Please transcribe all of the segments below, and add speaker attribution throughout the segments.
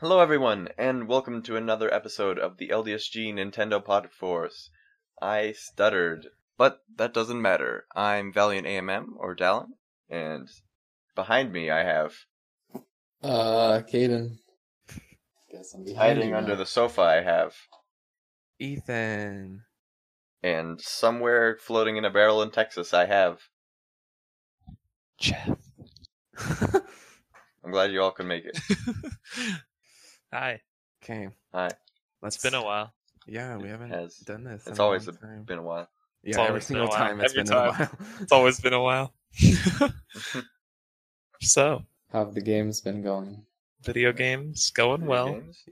Speaker 1: Hello, everyone, and welcome to another episode of the LDSG Nintendo Pod Force. I stuttered, but that doesn't matter. I'm Valiant AMM, or Dallin, and behind me I have
Speaker 2: Uh, Caden. Guess I'm behind
Speaker 1: hiding
Speaker 2: you
Speaker 1: under
Speaker 2: now.
Speaker 1: the sofa I have,
Speaker 3: Ethan.
Speaker 1: and somewhere floating in a barrel in Texas I have.
Speaker 3: Jeff.
Speaker 1: I'm glad you all can make it.
Speaker 4: Hi,
Speaker 3: okay.
Speaker 1: Hi.
Speaker 3: Let's.
Speaker 4: it's been a while.
Speaker 3: Yeah, we haven't
Speaker 1: has-
Speaker 3: done this.
Speaker 1: it's
Speaker 3: in a
Speaker 1: always
Speaker 3: long
Speaker 1: a-
Speaker 3: time.
Speaker 1: Been a while.
Speaker 3: yeah,
Speaker 4: it's
Speaker 3: every
Speaker 4: always been a
Speaker 3: single
Speaker 4: while.
Speaker 3: time it's
Speaker 4: Every
Speaker 3: been a
Speaker 4: time.
Speaker 3: while.
Speaker 4: It's always been a while. so,
Speaker 2: How have the games been going?
Speaker 4: video games going
Speaker 1: Video
Speaker 4: well.
Speaker 1: games?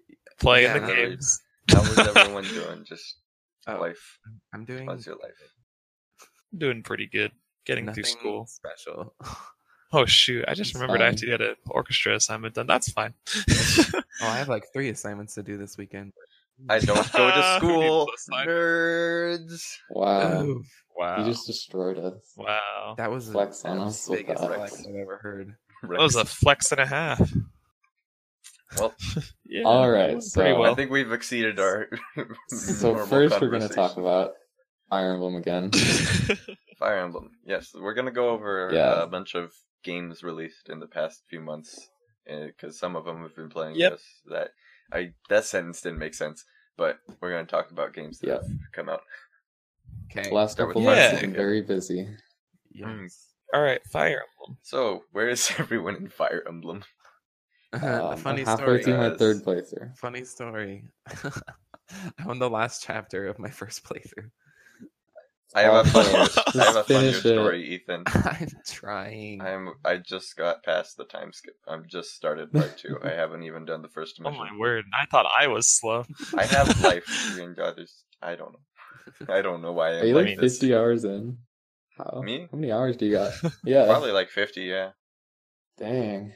Speaker 4: Playing
Speaker 3: Yeah.
Speaker 4: the games.
Speaker 1: How was everyone doing? Just
Speaker 3: Oh,
Speaker 1: life.
Speaker 3: I'm doing
Speaker 1: How's your life?
Speaker 4: Doing pretty good. Getting
Speaker 3: nothing
Speaker 4: through school.
Speaker 3: special. Oh,
Speaker 4: Oh shoot! I just
Speaker 2: It's
Speaker 4: remembered I
Speaker 2: fine.
Speaker 4: actually had an orchestra assignment done. That's fine.
Speaker 3: I have like three assignments to do this weekend.
Speaker 1: I don't go to
Speaker 4: Who needs
Speaker 1: school,
Speaker 4: those signs?
Speaker 1: nerds.
Speaker 2: Wow.
Speaker 3: Ooh,
Speaker 4: wow!
Speaker 2: You just destroyed us.
Speaker 4: Wow!
Speaker 3: Um, that was
Speaker 2: Flex on
Speaker 3: the
Speaker 2: us with
Speaker 3: biggest
Speaker 2: that.
Speaker 3: flex I've ever heard.
Speaker 4: That was a flex and a half.
Speaker 1: Well,
Speaker 4: Yeah.
Speaker 2: All
Speaker 4: that
Speaker 2: right,
Speaker 4: went
Speaker 2: so-
Speaker 4: pretty
Speaker 1: I
Speaker 4: well.
Speaker 1: think we've exceeded our.
Speaker 2: So
Speaker 1: normal
Speaker 2: first, we're gonna
Speaker 1: conversation.
Speaker 2: talk about Iron Emblem again.
Speaker 1: Fire Emblem. Yes, we're gonna go over
Speaker 2: Yeah.
Speaker 1: a bunch of games released in the past few months because some of them have been playing
Speaker 4: Yep.
Speaker 1: this. That I that sentence didn't make sense, but we're gonna talk about games that
Speaker 2: Yeah.
Speaker 1: have come out.
Speaker 3: Okay.
Speaker 2: Last
Speaker 1: Start with
Speaker 2: couple months
Speaker 4: Yeah.
Speaker 2: have been very busy.
Speaker 3: yes.
Speaker 4: All right, Fire Emblem.
Speaker 1: So where is everyone in Fire Emblem?
Speaker 2: Um,
Speaker 3: Uh, a funny
Speaker 2: I'm halfway
Speaker 3: story.
Speaker 2: through my
Speaker 1: is-
Speaker 2: third playthrough.
Speaker 3: Funny story. I'm on the last chapter of my first playthrough.
Speaker 1: I have a
Speaker 2: Awful.
Speaker 1: funnier, I have a
Speaker 2: Just
Speaker 1: funnier
Speaker 2: finish it.
Speaker 1: story, Ethan.
Speaker 3: I'm trying.
Speaker 1: I'm I just got past the time skip. I've just started part two. I haven't even done the first
Speaker 4: Oh
Speaker 1: mission.
Speaker 4: my word! I thought I was slow.
Speaker 1: I have life. You and others. I don't know. I don't know why I'm
Speaker 2: Are you like
Speaker 1: like this.
Speaker 2: 50 hours in? How?
Speaker 1: Me?
Speaker 2: How many hours do you got? Yeah.
Speaker 1: Probably like fifty. Yeah.
Speaker 2: Dang.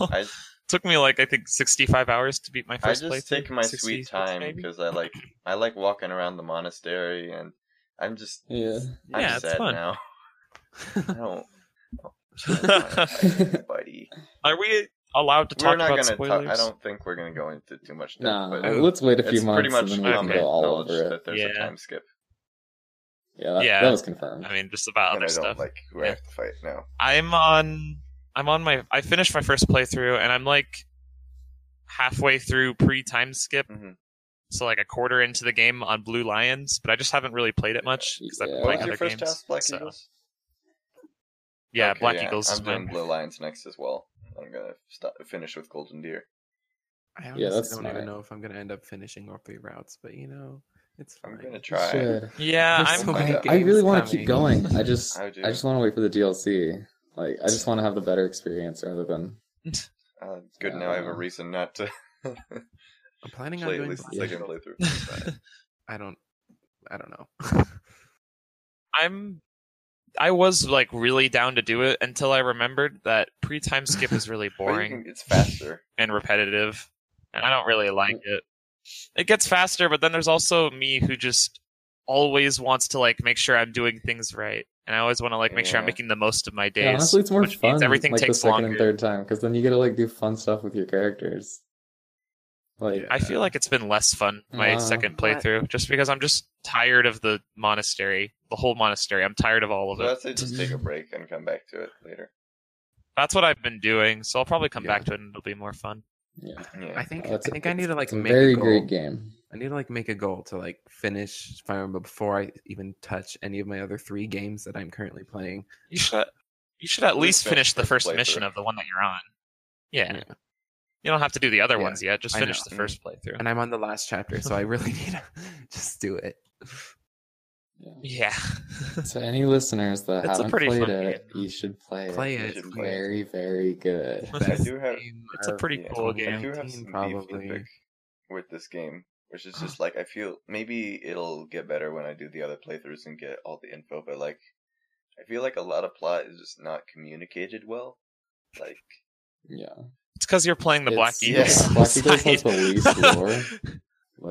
Speaker 1: I
Speaker 4: took me like I think sixty-five hours to beat my
Speaker 1: I
Speaker 4: first playthrough.
Speaker 1: just take my
Speaker 4: 60,
Speaker 1: sweet time
Speaker 4: maybe?
Speaker 1: because I like I like walking around the monastery and I'm just
Speaker 2: Yeah.
Speaker 1: I'm
Speaker 4: Yeah, it's
Speaker 1: sad
Speaker 4: fun.
Speaker 1: now. I don't. Buddy,
Speaker 4: Are we allowed to
Speaker 1: we're
Speaker 4: talk
Speaker 1: not
Speaker 4: about
Speaker 1: gonna
Speaker 4: spoilers?
Speaker 1: talk. I don't think we're gonna go into too much depth.
Speaker 2: Nah.
Speaker 1: but
Speaker 2: Let's wait a few
Speaker 1: it's pretty
Speaker 2: months
Speaker 1: much
Speaker 2: and then we can
Speaker 1: common
Speaker 2: go all
Speaker 1: knowledge
Speaker 2: over it.
Speaker 1: that there's a
Speaker 4: Yeah.
Speaker 1: time skip,
Speaker 2: Yeah. That,
Speaker 4: Yeah.
Speaker 2: that was confirmed.
Speaker 4: I mean, just about
Speaker 1: and I
Speaker 4: other
Speaker 1: don't
Speaker 4: stuff.
Speaker 1: like who I
Speaker 4: Yeah.
Speaker 1: have to fight now.
Speaker 4: I'm on. I'm on my. I finished my first playthrough, and I'm like halfway through pre-time skip,
Speaker 1: Mhm.
Speaker 4: so like a quarter into the game on Blue Lions. But I just haven't really played it much because I've
Speaker 2: Yeah.
Speaker 4: been
Speaker 1: What
Speaker 4: playing
Speaker 1: was your
Speaker 4: other
Speaker 1: first
Speaker 4: games.
Speaker 1: house, Black
Speaker 4: so-
Speaker 1: Eagles?
Speaker 4: Yeah,
Speaker 1: Okay,
Speaker 4: Black Eagles is
Speaker 1: I'm doing
Speaker 4: mine.
Speaker 1: Blue Lions next as well. I'm gonna stop, finish with Golden Deer.
Speaker 3: I honestly
Speaker 2: Yeah, that's
Speaker 3: don't
Speaker 2: smart.
Speaker 3: even know if I'm gonna end up finishing all three routes, but you know, it's
Speaker 1: I'm
Speaker 3: fine.
Speaker 1: gonna try.
Speaker 2: Should.
Speaker 4: Yeah,
Speaker 3: There's
Speaker 4: I'm.
Speaker 3: so
Speaker 1: I-
Speaker 3: many
Speaker 1: I
Speaker 2: I really
Speaker 3: games
Speaker 2: want to keep
Speaker 3: coming.
Speaker 2: going. I just
Speaker 1: I
Speaker 2: I,
Speaker 1: do.
Speaker 2: just want to wait for the DLC. Like I just want to have the better experience rather than
Speaker 1: Uh, good now. I have a
Speaker 2: Yeah.
Speaker 1: reason not to
Speaker 3: I'm planning on
Speaker 1: play at
Speaker 3: doing.
Speaker 1: least the
Speaker 3: Black
Speaker 1: second
Speaker 3: Eagles.
Speaker 1: playthrough.
Speaker 3: I don't. I don't know.
Speaker 4: I'm I was like really down to do it until I remembered that pre time skip is really
Speaker 1: But you
Speaker 4: boring
Speaker 1: can- it's faster.
Speaker 4: and repetitive, and I don't really
Speaker 1: Mm.
Speaker 4: like it. It gets faster, but then there's also me who just always wants to like make sure I'm doing things right, and I always want to like make sure I'm
Speaker 1: Yeah.
Speaker 4: making the most of my days.
Speaker 2: yeah, honestly it's more
Speaker 4: which means
Speaker 2: fun.
Speaker 4: everything
Speaker 2: like the
Speaker 4: takes
Speaker 2: second
Speaker 4: longer.
Speaker 2: and third time because then you get to like do fun stuff with your characters. Like
Speaker 3: Yeah.
Speaker 4: I feel like it's been less fun my
Speaker 2: Uh,
Speaker 4: second
Speaker 3: But-
Speaker 4: playthrough, just because I'm just tired of the monastery, the whole monastery. I'm tired of all of
Speaker 1: So I'd
Speaker 4: it.
Speaker 1: say just take a break and come back to it later.
Speaker 4: That's what I've been doing, so I'll probably come
Speaker 3: Yeah.
Speaker 4: back to it and it'll be more fun.
Speaker 2: yeah,
Speaker 1: Yeah.
Speaker 3: I think. I
Speaker 2: That's-
Speaker 3: think I
Speaker 2: it's-
Speaker 3: need to like
Speaker 2: it's a
Speaker 3: make
Speaker 2: very
Speaker 3: a goal.
Speaker 2: great game.
Speaker 3: I need to like make a goal to like finish Fire Emblem before I even touch any of my other three games that I'm currently playing.
Speaker 4: You should you should at
Speaker 1: At
Speaker 4: least
Speaker 1: least
Speaker 4: finish the
Speaker 1: finish
Speaker 4: first
Speaker 1: the
Speaker 4: mission
Speaker 1: playthrough.
Speaker 4: of the one that you're on. Yeah.
Speaker 3: Yeah.
Speaker 4: You don't have to do the other
Speaker 3: Yeah,
Speaker 4: ones yet. Just
Speaker 3: I
Speaker 4: finish
Speaker 3: know.
Speaker 4: the first playthrough.
Speaker 3: And I'm on the last chapter, so I really need to just do it.
Speaker 2: Yeah.
Speaker 4: Yeah.
Speaker 2: So any listeners that
Speaker 4: It's a
Speaker 2: haven't
Speaker 4: pretty
Speaker 2: played
Speaker 4: fun
Speaker 2: it,
Speaker 4: game.
Speaker 2: you should play it.
Speaker 3: Play
Speaker 1: You
Speaker 3: it.
Speaker 1: should
Speaker 2: It's
Speaker 1: play it.
Speaker 2: very very good.
Speaker 1: I do have-
Speaker 3: Game
Speaker 4: It's a
Speaker 3: of
Speaker 4: pretty
Speaker 1: Yeah.
Speaker 4: cool
Speaker 3: I
Speaker 1: I
Speaker 4: game.
Speaker 1: do have
Speaker 3: 19
Speaker 1: some beef
Speaker 3: probably.
Speaker 1: epic with this game, which is just like I feel maybe it'll get better when I do the other playthroughs and get all the info, but like I feel like a lot of plot is just not communicated well. Like
Speaker 2: Yeah,
Speaker 4: It's because you're playing the Black
Speaker 2: It's-
Speaker 4: Eagles.
Speaker 1: yeah,
Speaker 2: Black Eagles has
Speaker 4: side.
Speaker 2: the least lore.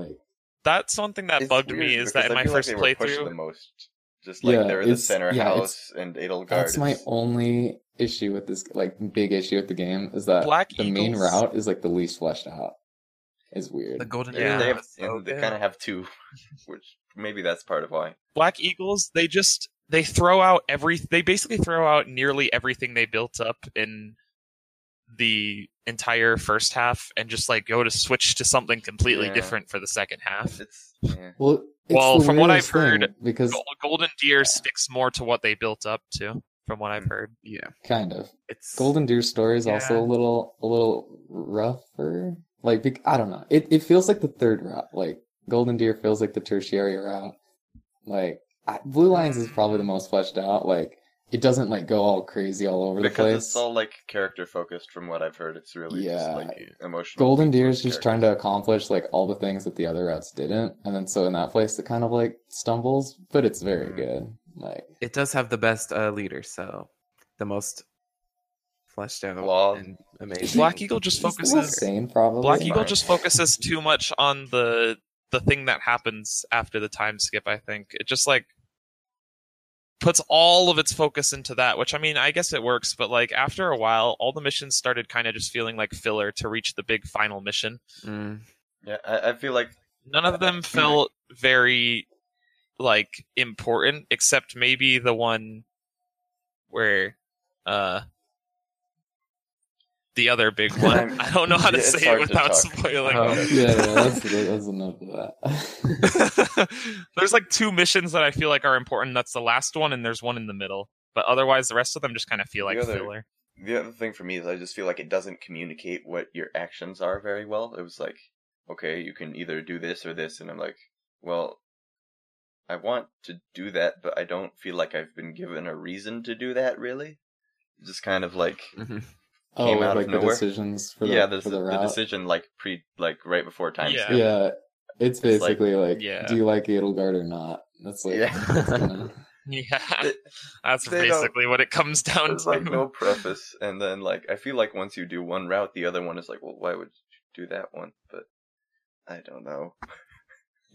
Speaker 2: like
Speaker 4: That's one thing that
Speaker 1: it's
Speaker 4: bugged
Speaker 1: weird
Speaker 4: me is that
Speaker 1: because
Speaker 4: in
Speaker 1: I
Speaker 4: my
Speaker 1: feel
Speaker 4: first
Speaker 1: like they were pushed the
Speaker 4: playthrough.
Speaker 1: most just like
Speaker 2: Yeah,
Speaker 1: they're the
Speaker 2: it's-
Speaker 1: center
Speaker 2: yeah,
Speaker 1: house and Edelgard.
Speaker 2: That's my
Speaker 1: is-
Speaker 2: only issue with this, like, big issue with the game is that
Speaker 4: Black
Speaker 2: the main
Speaker 4: Eagles-
Speaker 2: route is like the least fleshed out. is weird.
Speaker 3: The golden
Speaker 4: Yeah.
Speaker 3: era
Speaker 1: they, have,
Speaker 3: was so
Speaker 1: and they
Speaker 3: good.
Speaker 1: kind of have two, which maybe that's part of why.
Speaker 4: Black Eagles, they just they throw out every they basically throw out nearly everything they built up in the entire first half and just like go to switch to something completely
Speaker 1: Yeah.
Speaker 4: different for the second half.
Speaker 1: It's yeah.
Speaker 2: well, it's
Speaker 4: Well,
Speaker 2: the
Speaker 4: from what
Speaker 2: weirdest
Speaker 4: I've heard,
Speaker 2: thing, because
Speaker 4: Gol- Golden Deer sticks more to what they built up to, from what I've heard.
Speaker 3: yeah,
Speaker 2: kind of
Speaker 3: it's
Speaker 2: Golden Deer story is also
Speaker 4: Yeah.
Speaker 2: a little a little rougher. Like bec- I don't know. It it feels like the third route. Like Golden Deer feels like the tertiary route. Like I, Blue Lions is probably
Speaker 4: Mm.
Speaker 2: the most fleshed out. Like it doesn't like go all crazy all over the
Speaker 1: because
Speaker 2: place.
Speaker 1: it's all like character focused from what I've heard. It's really
Speaker 2: Yeah.
Speaker 1: just like emotional.
Speaker 2: Golden Deer
Speaker 1: Deer's
Speaker 2: is just trying to accomplish like all the things that the other routes didn't, and then so in that place it kind of like stumbles, but it's very
Speaker 1: Mhm.
Speaker 2: good. Like
Speaker 3: it does have the best uh, leader, so the most fleshed out
Speaker 1: Flaw.
Speaker 3: and amazing.
Speaker 4: Black Eagle just
Speaker 2: it's
Speaker 4: focuses
Speaker 2: insane, probably.
Speaker 4: Black
Speaker 1: Fine.
Speaker 4: Eagle just focuses too much on the the thing that happens after the time skip. I think it just like puts all of its focus into that. Which I mean, I guess it works, but like after a while, all the missions started kind of just feeling like filler to reach the big final mission.
Speaker 3: Mm.
Speaker 1: Yeah, I, I feel like
Speaker 4: None of them felt very like important, except maybe the one where uh the other big one. I don't know how to
Speaker 1: It's
Speaker 4: say
Speaker 1: hard
Speaker 4: it
Speaker 1: to
Speaker 4: without
Speaker 1: talk. Um,
Speaker 4: spoiling.
Speaker 3: Oh.
Speaker 2: yeah, yeah, that's that's enough of that.
Speaker 4: there's like two missions that I feel like are important. That's the last one, and there's one in the middle. But otherwise, the rest of them just kind of feel like
Speaker 1: The other-
Speaker 4: filler.
Speaker 1: the other thing for me is I just feel like it doesn't communicate what your actions are very well. It was like, okay, you can either do this or this, and I'm like, well, I want to do that, but I don't feel like I've been given a reason to do that. Really, just kind of like
Speaker 3: Mhm.
Speaker 2: Oh,
Speaker 1: Came
Speaker 2: with,
Speaker 1: out of
Speaker 2: like the
Speaker 1: nowhere.
Speaker 2: decisions for the
Speaker 1: yeah,
Speaker 2: for
Speaker 1: the,
Speaker 2: the
Speaker 1: the,
Speaker 2: route.
Speaker 1: decision like pre like right before time.
Speaker 4: Yeah.
Speaker 1: skip.
Speaker 2: yeah, it's
Speaker 1: like-
Speaker 2: basically like,
Speaker 4: yeah.
Speaker 2: do you like Edelgard or not? That's like
Speaker 1: Yeah.
Speaker 2: that's kinda-
Speaker 4: Yeah,
Speaker 1: It-
Speaker 4: that's
Speaker 1: they don't-
Speaker 4: basically what it comes down
Speaker 1: There's
Speaker 4: to.
Speaker 1: like no preface, and then like I feel like once you do one route, the other one is like, well, why would you do that one? But I don't know.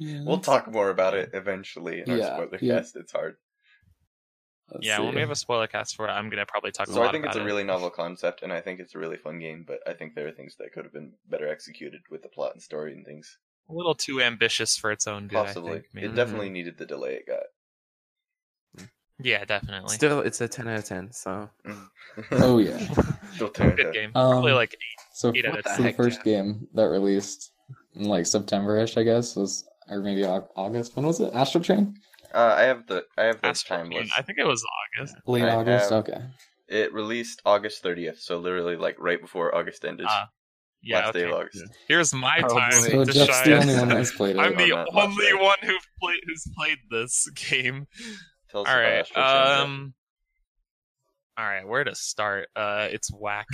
Speaker 1: We'll talk more about it eventually in our
Speaker 2: Mm. Yeah,
Speaker 1: spoiler
Speaker 2: yeah.
Speaker 1: cast. It's hard.
Speaker 2: Let's
Speaker 4: yeah, when
Speaker 2: see.
Speaker 4: we have a spoiler cast for it, I'm gonna probably talk. a
Speaker 1: So
Speaker 4: lot
Speaker 1: I think it's
Speaker 4: about
Speaker 1: a
Speaker 4: it.
Speaker 1: really novel concept, and I think it's a really fun game. But I think there are things that could have been better executed with the plot and story and things.
Speaker 4: a little too ambitious for its own good. I
Speaker 1: Possibly,
Speaker 4: think, maybe.
Speaker 1: it definitely needed the delay it got.
Speaker 4: yeah, definitely.
Speaker 3: Still, it's a ten out of ten. So
Speaker 2: oh yeah.
Speaker 1: Still turned
Speaker 4: good
Speaker 1: out.
Speaker 4: game.
Speaker 2: Um,
Speaker 4: probably like eight.
Speaker 2: So
Speaker 4: Eight out
Speaker 2: what
Speaker 4: of
Speaker 2: the
Speaker 4: ten.
Speaker 2: heck, first game that released in like September-ish, I guess, was or maybe Au- August. When was it? Astral Train?
Speaker 1: Uh, I have the I have the
Speaker 4: Astral
Speaker 1: time
Speaker 4: Chain.
Speaker 1: list.
Speaker 4: I think it was August.
Speaker 2: Late
Speaker 1: I
Speaker 2: August.
Speaker 1: have-
Speaker 2: Okay.
Speaker 1: It released August 30th, so literally like right before August ended.
Speaker 4: Ah, Yeah.
Speaker 1: last
Speaker 4: okay.
Speaker 1: day of August.
Speaker 4: Here's my
Speaker 3: Oh,
Speaker 4: time
Speaker 3: boy.
Speaker 2: So
Speaker 4: to
Speaker 2: Jeff's the
Speaker 4: shine.
Speaker 2: only one that's played it.
Speaker 4: I'm the
Speaker 1: on that last
Speaker 4: only
Speaker 1: day.
Speaker 4: one who played who's played this game.
Speaker 1: Tell us
Speaker 4: All
Speaker 1: about
Speaker 4: right.
Speaker 1: Astral Chain, Jeff.
Speaker 4: Um. All right. Where to start? Uh, it's whack.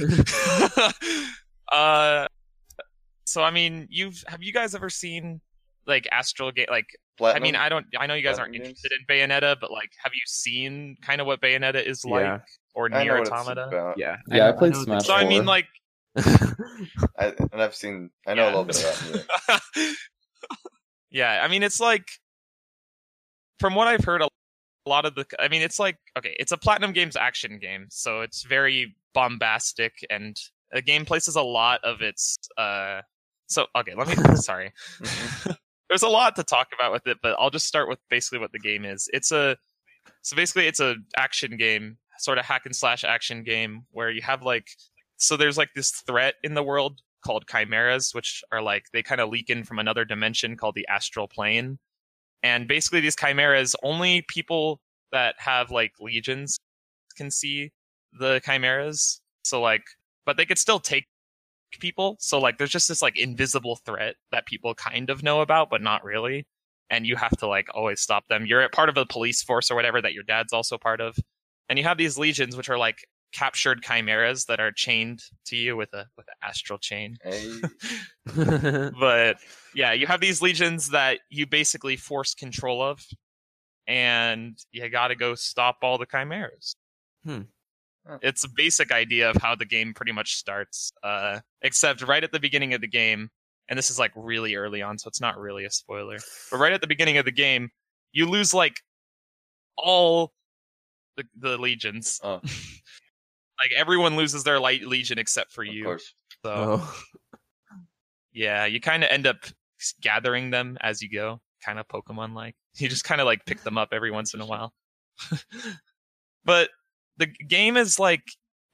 Speaker 4: uh, so I mean, you've have you guys ever seen like Astral Gate? Like, I
Speaker 1: Platinum?
Speaker 4: mean, I don't. I know you guys aren't
Speaker 1: Platinum
Speaker 4: interested in Bayonetta, but like, have you seen kind of what Bayonetta is like
Speaker 3: Yeah.
Speaker 4: or
Speaker 1: I know
Speaker 4: Nier
Speaker 1: what it's
Speaker 4: Automata?
Speaker 1: about.
Speaker 3: yeah,
Speaker 2: Yeah, I played
Speaker 3: know
Speaker 2: Smash
Speaker 4: So I mean,
Speaker 2: Four.
Speaker 4: like,
Speaker 1: I, and I've seen, I know
Speaker 4: Yeah.
Speaker 1: a little bit about it.
Speaker 4: yeah, I mean, it's like, from what I've heard, a lot of the. I mean, it's like, okay, it's a Platinum Games action game, so it's very bombastic, and the game places a lot of its. uh So, okay, let me. sorry. There's a lot to talk about with it, but I'll just start with basically what the game is. It's a. So basically, it's a action game, sort of hack and slash action game, where you have like so there's like this threat in the world called chimeras which are like they kind of leak in from another dimension called the astral plane and basically these chimeras only people that have like legions can see the chimeras so like but they could still take people so like there's just this like invisible threat that people kind of know about but not really and you have to like always stop them you're part of a police force or whatever that your dad's also part of and you have these legions which are like captured chimeras that are chained to you with a with an astral chain.
Speaker 1: Hey,
Speaker 4: But yeah, you have these legions that you basically force control of, and you got to go stop all the chimeras.
Speaker 3: Hmm.
Speaker 1: Huh.
Speaker 4: It's a basic idea of how the game pretty much starts, uh, except right at the beginning of the game, and this is like really early on, so it's not really a spoiler. But right at the beginning of the game, you lose like all the, the legions.
Speaker 1: Oh.
Speaker 4: like everyone loses their light legion except for
Speaker 3: Uh-huh.
Speaker 1: of
Speaker 4: you.
Speaker 1: course.
Speaker 4: So
Speaker 3: oh.
Speaker 4: Yeah, you kind of end up s- gathering them as you go, kind of Pokemon like. You just kind of like pick them up every once in a while. but the g- game is like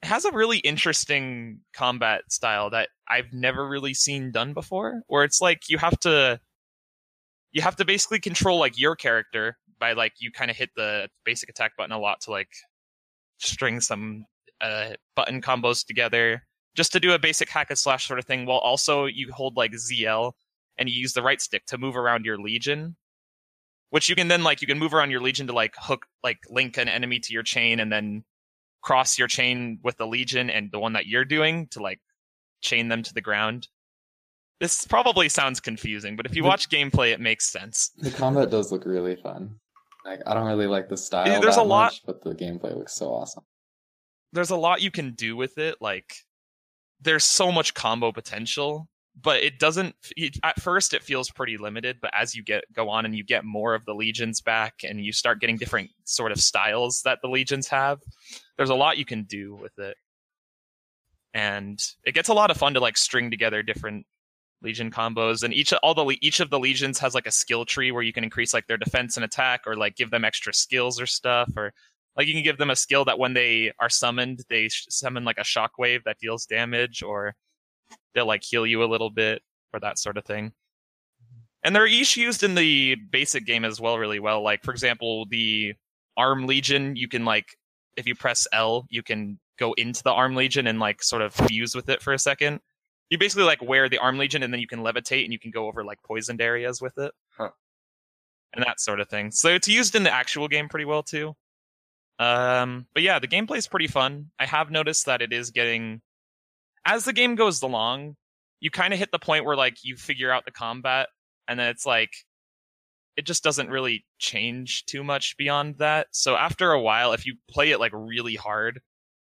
Speaker 4: has a really interesting combat style that I've never really seen done before, where it's like you have to you have to basically control like your character by like you kind of hit the basic attack button a lot to like string some uh, button combos together just to do a basic hack and slash sort of thing while also you hold like ZL and you use the right stick to move around your legion which you can then like you can move around your legion to like hook like link an enemy to your chain and then cross your chain with the legion and the one that you're doing to like chain them to the ground this probably sounds confusing but if you
Speaker 2: The-
Speaker 4: watch gameplay it makes sense
Speaker 2: The combat does look really fun. Like I don't really like the style.
Speaker 4: Yeah, there's
Speaker 2: that
Speaker 4: a lot-
Speaker 2: much, but the gameplay looks so awesome.
Speaker 4: there's a lot you can do with it. Like there's so much combo potential, but it doesn't. It, at first, it feels pretty limited, but as you get go on and you get more of the legions back, and you start getting different sort of styles that the legions have, there's a lot you can do with it, and it gets a lot of fun to like string together different legion combos and each all the le- each of the legions has like a skill tree where you can increase like their defense and attack or like give them extra skills or stuff or like you can give them a skill that when they are summoned they sh- summon like a shockwave that deals damage or they'll like heal you a little bit or that sort of thing and they're each used in the basic game as well really well like for example the arm legion you can like if you press l you can go into the arm legion and like sort of fuse with it for a second you basically like wear the arm legion and then you can levitate and you can go over like poisoned areas with it
Speaker 1: Huh.
Speaker 4: and that sort of thing so it's used in the actual game pretty well too um, but yeah, the gameplay is pretty fun. I have noticed that it is getting, as the game goes along, you kind of hit the point where like you figure out the combat, and then it's like, it just doesn't really change too much beyond that. So after a while, if you play it like really hard,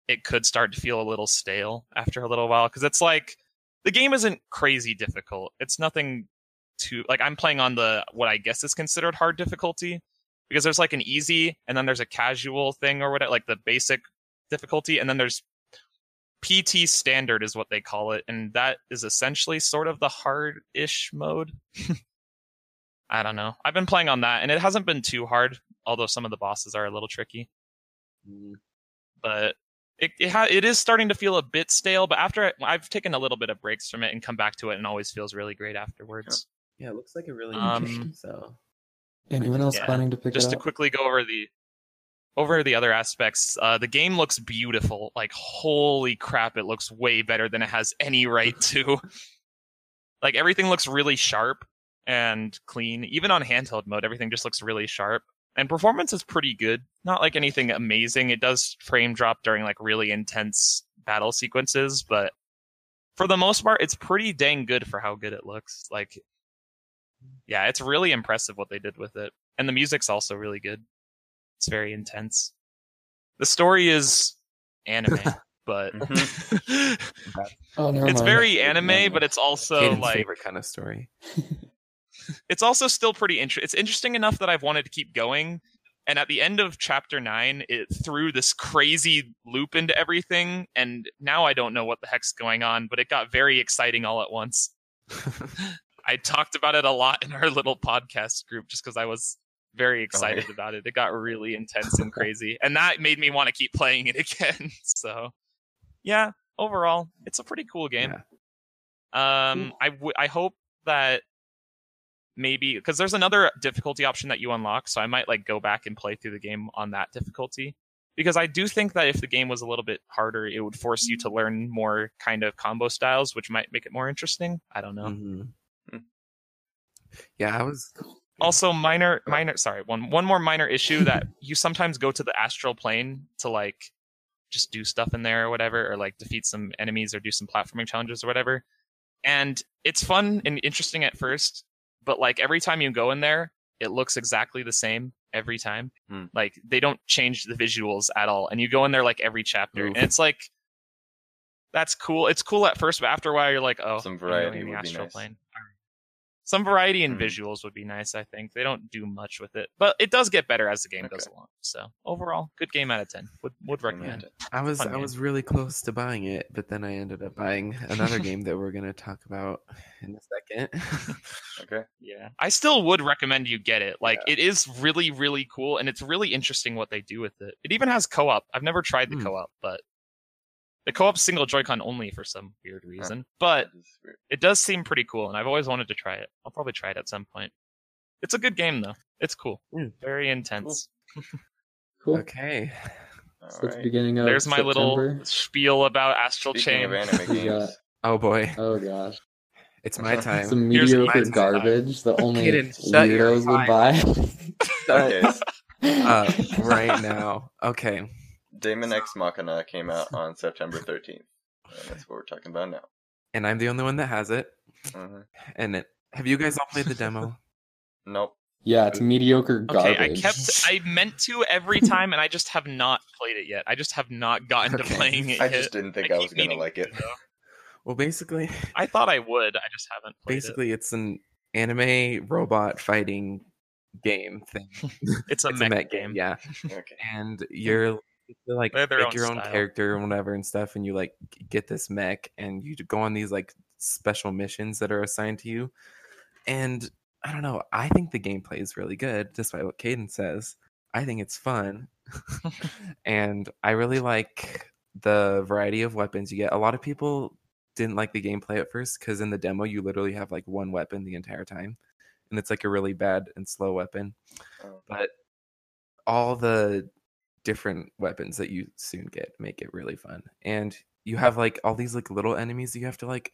Speaker 4: it could start to feel a little stale after a little while because it's like the game isn't crazy difficult. It's nothing too like I'm playing on the what I guess is considered hard difficulty because there's like an easy and then there's a casual thing or whatever, like the basic difficulty, and then there's PT standard is what they call it, and that is essentially sort of the hard-ish mode. I don't know. I've been playing on that, and it hasn't been too hard, although some of the bosses are a little tricky. But it it, ha- it is starting to feel a bit stale. But after I, I've taken a little bit of breaks from it and come back to it, and always feels really great afterwards.
Speaker 3: Yeah, it looks like a really
Speaker 4: Um,
Speaker 3: interesting so
Speaker 2: Anyone else
Speaker 4: Yeah,
Speaker 2: planning to pick
Speaker 4: just
Speaker 2: it
Speaker 4: to
Speaker 2: up?
Speaker 4: quickly go over the over the other aspects uh, the game looks beautiful like holy crap it looks way better than it has any right to like everything looks really sharp and clean even on handheld mode everything just looks really sharp and performance is pretty good not like anything amazing it does frame drop during like really intense battle sequences but for the most part it's pretty dang good for how good it looks like yeah it's really impressive what they did with it and the music's also really good. It's very intense. The story is anime, but it's
Speaker 2: Oh, never mind.
Speaker 4: very
Speaker 2: Never
Speaker 4: anime,
Speaker 2: mind.
Speaker 4: but it's also
Speaker 3: Caden's
Speaker 4: like
Speaker 3: favorite kind of story.
Speaker 4: it's also still pretty interesting. It's interesting enough that I've wanted to keep going. And at the end of chapter nine, it threw this crazy loop into everything, and now I don't know what the heck's going on, but it got very exciting all at once. I talked about it a lot in our little podcast group just because I was very excited about it. It got really intense and crazy, and that made me want to keep playing it again. So, yeah, overall, it's a pretty cool game. Um, I w- I hope that maybe because there's another difficulty option that you unlock, so I might like go back and play through the game on that difficulty because I do think that if the game was a little bit harder, it would force you to learn more kind of combo styles, which might make it more interesting. I don't know.
Speaker 3: Mhm.
Speaker 4: Hmm.
Speaker 1: Mm.
Speaker 3: Yeah, I was
Speaker 4: Also, minor, minor. Sorry, one one more minor issue that you sometimes go to the astral plane to like just do stuff in there or whatever, or like defeat some enemies or do some platforming challenges or whatever. And it's fun and interesting at first, but like every time you go in there, it looks exactly the same every time.
Speaker 1: Hmm.
Speaker 4: Like they don't change the visuals at all, and you go in there like every chapter,
Speaker 3: Oof.
Speaker 4: and it's like that's cool. It's cool at first, but after a while, you're like, oh,
Speaker 1: Some
Speaker 4: I'm going
Speaker 1: variety
Speaker 4: in the
Speaker 1: would be nice.
Speaker 4: plane. Some variety in
Speaker 1: Hmm.
Speaker 4: visuals would be nice, I think. They don't do much with it, but it does get better as the game goes along. So overall, good game out of ten. Would would recommend it.
Speaker 3: I was
Speaker 4: Fun
Speaker 3: I
Speaker 4: game.
Speaker 3: was really close to buying it, but then I ended up buying another game that we're gonna talk about in a second.
Speaker 1: Okay.
Speaker 4: Yeah, I still would recommend you get it. Like it is really really cool, and it's really interesting what they do with it. It even has co-op. I've never tried the
Speaker 3: Hmm.
Speaker 4: co-op, but the co-op single Joy-Con only for some weird reason. But
Speaker 1: That is weird.
Speaker 4: it does seem pretty cool, and I've always wanted to try it. I'll probably try it at some point. It's a good game though. It's cool.
Speaker 3: Hmm.
Speaker 4: Very intense.
Speaker 2: Cool.
Speaker 3: okay.
Speaker 1: All
Speaker 2: So it's
Speaker 1: right.
Speaker 2: beginning of
Speaker 4: There's my
Speaker 2: September.
Speaker 4: little spiel about Astral
Speaker 1: Speaking of
Speaker 4: Chain.
Speaker 1: anime
Speaker 2: You got-
Speaker 1: games,
Speaker 3: Oh boy,
Speaker 2: Oh gosh,
Speaker 3: it's my time.
Speaker 2: some
Speaker 4: Here's
Speaker 2: mediocre
Speaker 4: mine's time.
Speaker 2: garbage that only
Speaker 3: Kidding. Shut your
Speaker 2: weirdos would buy.
Speaker 1: okay,
Speaker 3: uh, right now. Okay.
Speaker 1: Demon X Machina came out on September 13th, and that's what we're talking about now.
Speaker 3: And I'm the only one that has it.
Speaker 1: Mhm.
Speaker 3: And it, have you guys all played the demo?
Speaker 1: Nope.
Speaker 2: yeah, it's mediocre
Speaker 4: Okay,
Speaker 2: garbage.
Speaker 4: I kept I meant to every time, and I just have not played it yet. I just have not gotten to
Speaker 3: Okay.
Speaker 4: playing it
Speaker 1: I
Speaker 4: yet.
Speaker 1: just didn't think
Speaker 4: I
Speaker 1: I,
Speaker 4: keep
Speaker 1: was gonna
Speaker 4: meaning
Speaker 1: like it.
Speaker 4: though.
Speaker 3: Well, basically,
Speaker 4: I thought I would. I just haven't played
Speaker 3: basically, it's an anime robot fighting game thing.
Speaker 4: it. It's a
Speaker 3: It's a
Speaker 4: mech
Speaker 3: mech
Speaker 4: game.
Speaker 3: yeah.
Speaker 1: Okay.
Speaker 3: And you're, you like
Speaker 4: They have their
Speaker 3: pick
Speaker 4: own
Speaker 3: your own
Speaker 4: style.
Speaker 3: character and whatever and stuff, and you like get this mech, and you go on these like special missions that are assigned to you. And I don't know. I think the gameplay is really good, despite what Caden says. I think it's fun, and I really like the variety of weapons you get. A lot of people didn't like the gameplay at first because in the demo you literally have like one weapon the entire time, and it's like a really bad and slow weapon.
Speaker 1: Oh.
Speaker 3: But all the different weapons that you soon get make it really fun, and you have like all these like little enemies that you have to like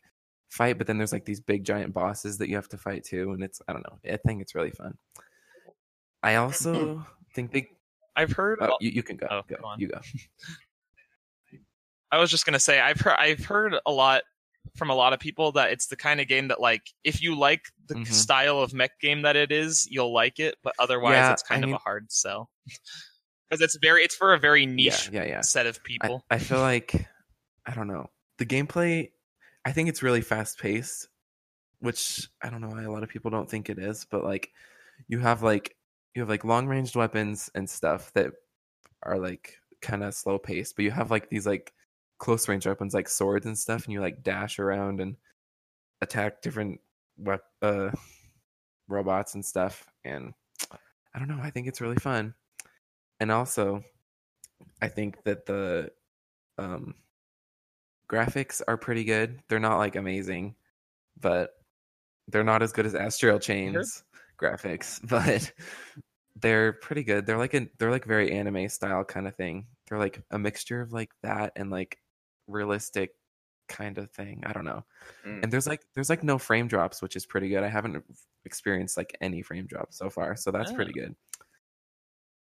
Speaker 3: fight, but then there's like these big giant bosses that you have to fight too, and it's I don't know. I think it's really fun. I also think they.
Speaker 4: I've heard.
Speaker 3: Oh, you, you can go.
Speaker 4: Mm-hmm. oh,
Speaker 3: go.
Speaker 4: go on.
Speaker 3: You go.
Speaker 4: I was just gonna say. I've heard. I've heard a lot from a lot of people that it's the kind of game that like if you like the
Speaker 3: Mhm.
Speaker 4: style of mech game that it is, you'll like it. But otherwise,
Speaker 3: Yeah,
Speaker 4: it's kind
Speaker 3: I
Speaker 4: of
Speaker 3: mean-
Speaker 4: a hard sell because it's very. It's for a very niche
Speaker 3: Yeah, yeah, yeah.
Speaker 4: set of
Speaker 3: I-
Speaker 4: people.
Speaker 3: I, feel like I don't know. The gameplay I think it's really fast paced, which I don't know why a lot of people don't think it is, but like you have like you have like long ranged weapons and stuff that are like kind of slow paced, but you have like these like close range weapons like swords and stuff and you like dash around and attack different wep- uh robots and stuff and I don't know, I think it's really fun. And also I think that the um graphics are pretty good. They're not like amazing, but they're not as good as Astral Chain's graphics, but they're pretty good. They're like a they're like very anime style kind of thing. They're like a mixture of like that and like realistic kind of thing. I don't know.
Speaker 1: Mm.
Speaker 3: And there's like there's like no frame drops, which is pretty good. I haven't experienced like any frame drops so far, so that's pretty good.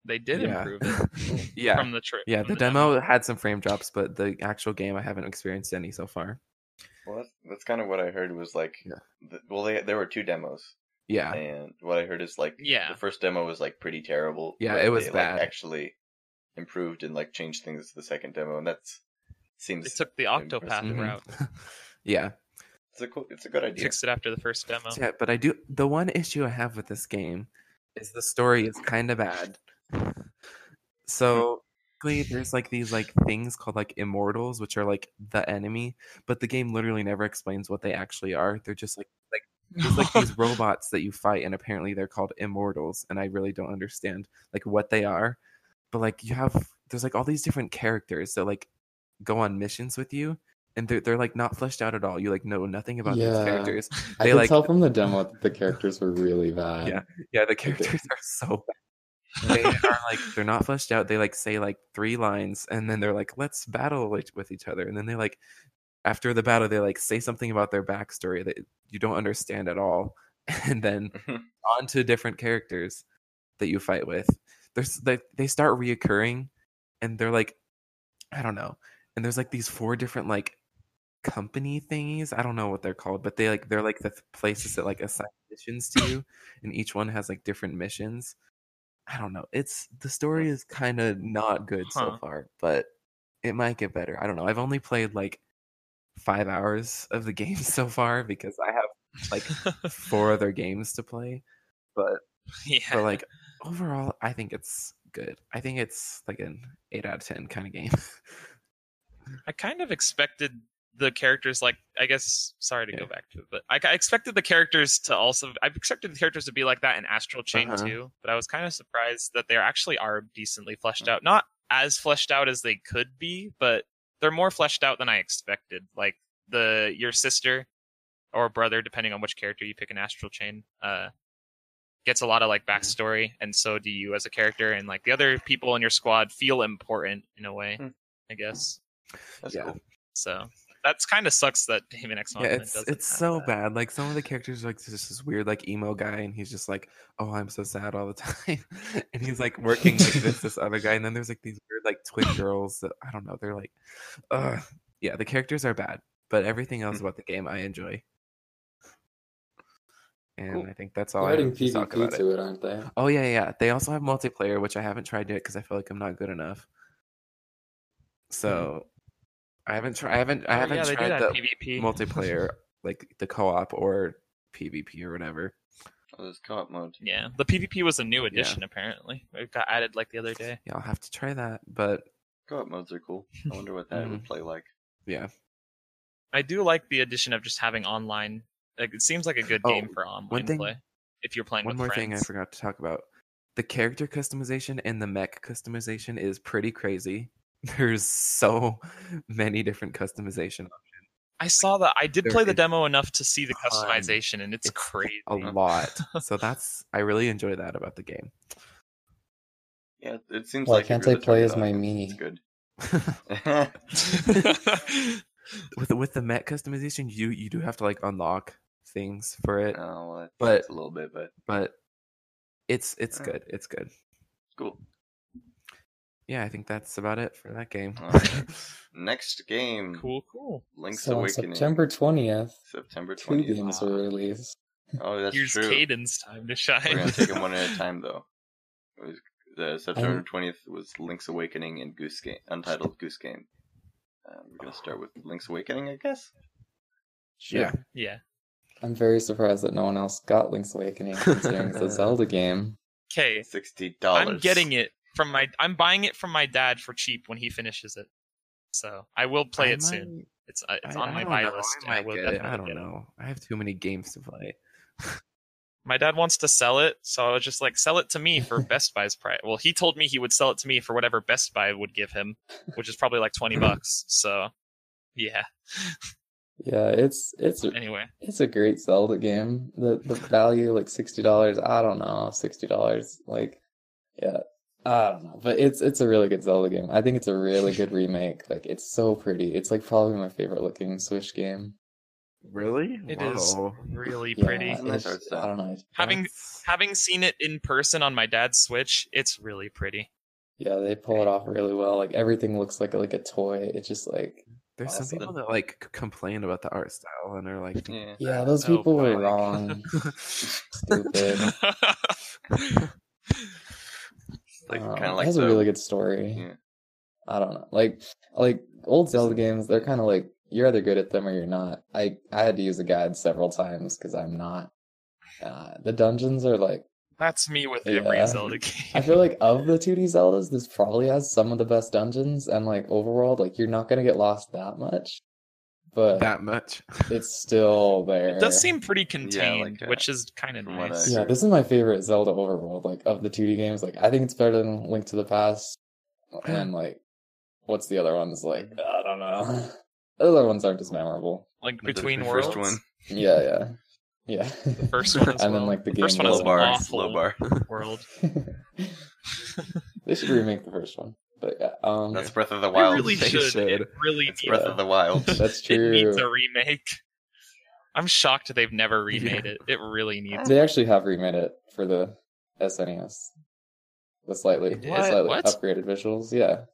Speaker 4: they did
Speaker 3: yeah.
Speaker 4: improve it
Speaker 3: yeah.
Speaker 4: from the trip.
Speaker 3: Yeah, the demo had some frame drops, but the actual game I haven't experienced any so far.
Speaker 1: Well, that's, that's kind of what I heard was like.
Speaker 3: Yeah.
Speaker 1: th- well, they, there were two demos,
Speaker 3: Yeah,
Speaker 1: and what I heard is like
Speaker 4: Yeah.
Speaker 1: the first demo was like pretty terrible.
Speaker 3: Yeah,
Speaker 1: but
Speaker 3: it was
Speaker 1: they,
Speaker 3: bad.
Speaker 1: Like, actually, improved and like changed things to the second demo, and that's
Speaker 4: They
Speaker 1: seems
Speaker 4: took the Octopath
Speaker 1: Impressive.
Speaker 4: route,
Speaker 3: Mhm. yeah.
Speaker 1: it's a cool, it's a good idea.
Speaker 4: fixed it after the first demo.
Speaker 3: yeah, but I do. The one issue I have with this game is the story is kind of bad. So basically, there's like these like things called like immortals, which are like the enemy, but the game literally never explains what they actually are. They're just like like there's like these robots that you fight and apparently they're called immortals and i really don't understand like what they are but like you have there's like all these different characters that like go on missions with you and they're, they're like not fleshed out at all you like know nothing about
Speaker 2: Yeah.
Speaker 3: these characters
Speaker 2: I
Speaker 3: They,
Speaker 2: could
Speaker 3: like-
Speaker 2: tell from the demo that the characters were really bad.
Speaker 3: Yeah. yeah the characters are so bad they are like they're not fleshed out they like say like three lines and then they're like let's battle with- with each other and then they like after the battle they like say something about their backstory that you don't understand at all and then
Speaker 1: Mm-hmm.
Speaker 3: onto different characters that you fight with. There's they, they start reoccurring, and they're like, I don't know. And there's like these four different like company thingies. I don't know what they're called, but they like they're like the th- places that like assign missions to you, and each one has like different missions. I don't know. It's the story is kind of not good so
Speaker 4: Huh.
Speaker 3: far, but it might get better. I don't know. I've only played like five hours of the game so far because I have like four other games to play. But
Speaker 4: yeah.
Speaker 3: but like overall, I think it's good. I think it's like an eight out of ten kind of game.
Speaker 4: I kind of expected the characters, like I guess, sorry to go
Speaker 3: Yeah.
Speaker 4: back to it, but I, I expected the characters to also. I expected the characters to be like that in Astral Chain
Speaker 3: Uh-huh.
Speaker 4: too, but I was kind of surprised that they actually are decently
Speaker 3: Mm.
Speaker 4: fleshed out. Not as fleshed out as they could be, but they're more fleshed out than I expected. Like the your sister or brother, depending on which character you pick in Astral Chain, uh, gets a lot of
Speaker 3: Mm.
Speaker 4: like backstory, and so do you as a character, and like the other people in your squad feel important in a way,
Speaker 1: Hmm.
Speaker 4: I guess.
Speaker 1: That's
Speaker 3: Yeah.
Speaker 1: cool.
Speaker 4: So that's kind of sucks that Damon X
Speaker 3: yeah,
Speaker 4: Machina
Speaker 3: it's
Speaker 4: doesn't.
Speaker 3: it's
Speaker 4: have
Speaker 3: so
Speaker 4: that.
Speaker 3: bad. Like some of the characters are like just this weird like emo guy, and he's just like, "Oh, I'm so sad all the time," and he's like working like this this other guy, and then there's like these weird like twin girls that I don't know. They're like, Ugh. yeah, the characters are bad, but everything else about the game I enjoy, and
Speaker 2: Cool.
Speaker 3: I think that's all
Speaker 2: They're
Speaker 3: I
Speaker 2: adding
Speaker 3: have to talk
Speaker 2: PvP
Speaker 3: about
Speaker 2: to
Speaker 3: it.
Speaker 2: it, aren't they?
Speaker 3: Oh yeah, yeah. They also have multiplayer, which I haven't tried yet because I feel like I'm not good enough. So. I haven't tried. I haven't. I
Speaker 4: Mm. Oh,
Speaker 3: haven't
Speaker 4: yeah, they do
Speaker 3: tried
Speaker 4: that
Speaker 3: the
Speaker 4: PvP.
Speaker 3: multiplayer, like the co-op or PvP or whatever.
Speaker 1: Oh, there's co-op mode.
Speaker 4: yeah, the PvP was a new addition apparently. It got added like the other day.
Speaker 3: Yeah, I'll have to try that. But
Speaker 1: Co-op modes are cool. I wonder what that
Speaker 3: Mm-hmm.
Speaker 1: would play like.
Speaker 3: yeah,
Speaker 4: I do like the addition of just having online. Like, it seems like a good
Speaker 3: Oh,
Speaker 4: game for online
Speaker 3: thing-
Speaker 4: play if you're playing
Speaker 3: one
Speaker 4: with
Speaker 3: more thing I
Speaker 4: friends.
Speaker 3: forgot to talk about: the character customization and the mech customization is pretty crazy. There's so many different customization.
Speaker 4: I saw that. I did
Speaker 3: There
Speaker 4: play the
Speaker 3: is
Speaker 4: demo enough to see the
Speaker 3: ton.
Speaker 4: customization, and it's,
Speaker 3: It's
Speaker 4: crazy.
Speaker 3: a lot, so that's I really enjoy that about the game.
Speaker 1: Yeah, it seems
Speaker 2: Why
Speaker 1: like. if
Speaker 2: can't
Speaker 1: you're
Speaker 2: I
Speaker 1: the
Speaker 2: play
Speaker 1: target
Speaker 2: as my
Speaker 1: audience,
Speaker 2: me?
Speaker 1: It's good. Oh,
Speaker 3: with the, with the mech customization, you you do have to like unlock things for it,
Speaker 1: oh, well, that
Speaker 3: But-
Speaker 1: sucks a little bit, but
Speaker 3: but it's it's
Speaker 1: Yeah.
Speaker 3: good. It's good.
Speaker 1: cool.
Speaker 3: Yeah, I think that's about it for that game.
Speaker 1: Alright. Next game,
Speaker 4: cool, cool.
Speaker 1: Link's
Speaker 2: so on
Speaker 1: Awakening,
Speaker 2: September twentieth,
Speaker 1: September
Speaker 2: two
Speaker 1: 20th.
Speaker 2: games were released.
Speaker 1: Oh, that's
Speaker 4: Here's
Speaker 1: true.
Speaker 4: Caden's time to shine.
Speaker 1: We're gonna take them one at a time, though. It was, the September twentieth was Link's Awakening and Goose Game, Untitled Goose Game. Uh, we're gonna start with Link's Awakening, I guess.
Speaker 3: Yeah.
Speaker 4: yeah.
Speaker 2: I'm very surprised that no one else got Link's Awakening, considering it's a Zelda game.
Speaker 4: Okay,
Speaker 1: Sixty dollars.
Speaker 4: I'm getting it from my. I'm buying it from my dad for cheap when he finishes it. So I will play
Speaker 3: I
Speaker 4: it soon.
Speaker 3: might-
Speaker 4: It's uh, it's
Speaker 3: I-
Speaker 4: on
Speaker 3: I
Speaker 4: my
Speaker 3: don't
Speaker 4: buy
Speaker 3: know,
Speaker 4: list.
Speaker 3: I,
Speaker 4: and I
Speaker 3: might
Speaker 4: will
Speaker 3: get it.
Speaker 4: definitely
Speaker 3: I don't
Speaker 4: get it.
Speaker 3: know. I have too many games to play.
Speaker 4: My dad wants to sell it, so I was just like, sell it to me for Best Buy's price. Well, he told me he would sell it to me for whatever Best Buy would give him, which is probably like twenty bucks. So, yeah.
Speaker 2: Yeah, it's it's
Speaker 4: Anyway,
Speaker 2: it's a great Zelda game. The the value like sixty dollars. I don't know, sixty dollars. Like, yeah, I don't know. But it's it's a really good Zelda game. I think it's a really good remake. Like, it's so pretty. It's like probably my favorite looking Switch game.
Speaker 3: Really?
Speaker 4: it is really
Speaker 2: Yeah,
Speaker 4: pretty.
Speaker 1: Nice
Speaker 2: it's-
Speaker 1: art style.
Speaker 2: I don't know.
Speaker 4: Having- Having seen it in person on my dad's Switch, it's really pretty.
Speaker 2: Yeah, they pull it off really well. Like everything looks like like a toy. It's just like
Speaker 3: There's
Speaker 2: Awesome.
Speaker 3: some people that like c- complain about the art style and are like,
Speaker 1: Yeah.
Speaker 2: yeah, those
Speaker 4: Oh,
Speaker 2: people were
Speaker 4: God.
Speaker 2: wrong. Stupid.
Speaker 1: It's like
Speaker 2: Um,
Speaker 1: kind of
Speaker 2: it
Speaker 1: like
Speaker 2: has
Speaker 1: the,
Speaker 2: a really good story.
Speaker 1: Yeah.
Speaker 2: I don't know. Like like old Zelda games, they're kind of like you're either good at them or you're not. I I had to use a guide several times because I'm not. Uh, the dungeons are like
Speaker 4: That's me with every
Speaker 2: Yeah.
Speaker 4: Zelda
Speaker 2: I
Speaker 4: game.
Speaker 2: feel like of the 2D Zeldas, this probably has some of the best dungeons and like overworld. Like you're not gonna get lost that much, but
Speaker 3: that much.
Speaker 2: it's still there.
Speaker 4: It does seem pretty contained,
Speaker 1: that.
Speaker 4: which is kind of
Speaker 1: uh, From what I-
Speaker 4: nice.
Speaker 2: Yeah, this is my favorite Zelda overworld. Like of the 2D games, like I think it's better than Link to the Past, and like what's the other ones? Like
Speaker 4: Mm.
Speaker 2: I don't know. The other ones aren't as memorable.
Speaker 4: Like
Speaker 1: the- the
Speaker 4: between worlds.
Speaker 1: first one,
Speaker 2: Yeah, yeah, yeah.
Speaker 4: First one as
Speaker 2: and
Speaker 4: well.
Speaker 2: then like the,
Speaker 4: The
Speaker 2: game.
Speaker 4: first one
Speaker 1: low
Speaker 4: is
Speaker 2: doesn't-
Speaker 1: bar,
Speaker 4: awful.
Speaker 1: low bar.
Speaker 4: world.
Speaker 2: they should remake the first one, but yeah, um,
Speaker 1: That's Breath of the
Speaker 4: It
Speaker 1: Wild.
Speaker 4: really
Speaker 3: they
Speaker 4: should. It
Speaker 3: should.
Speaker 4: really
Speaker 1: That's
Speaker 4: needs,
Speaker 1: Breath of the Wild.
Speaker 2: that's
Speaker 4: it
Speaker 2: true.
Speaker 4: needs a remake. I'm shocked they've never remade
Speaker 3: Yeah.
Speaker 4: it. It really needs.
Speaker 2: They actually have remade it for the SNES. The slightly, the
Speaker 4: What?
Speaker 2: slightly
Speaker 4: What?
Speaker 2: upgraded visuals, yeah.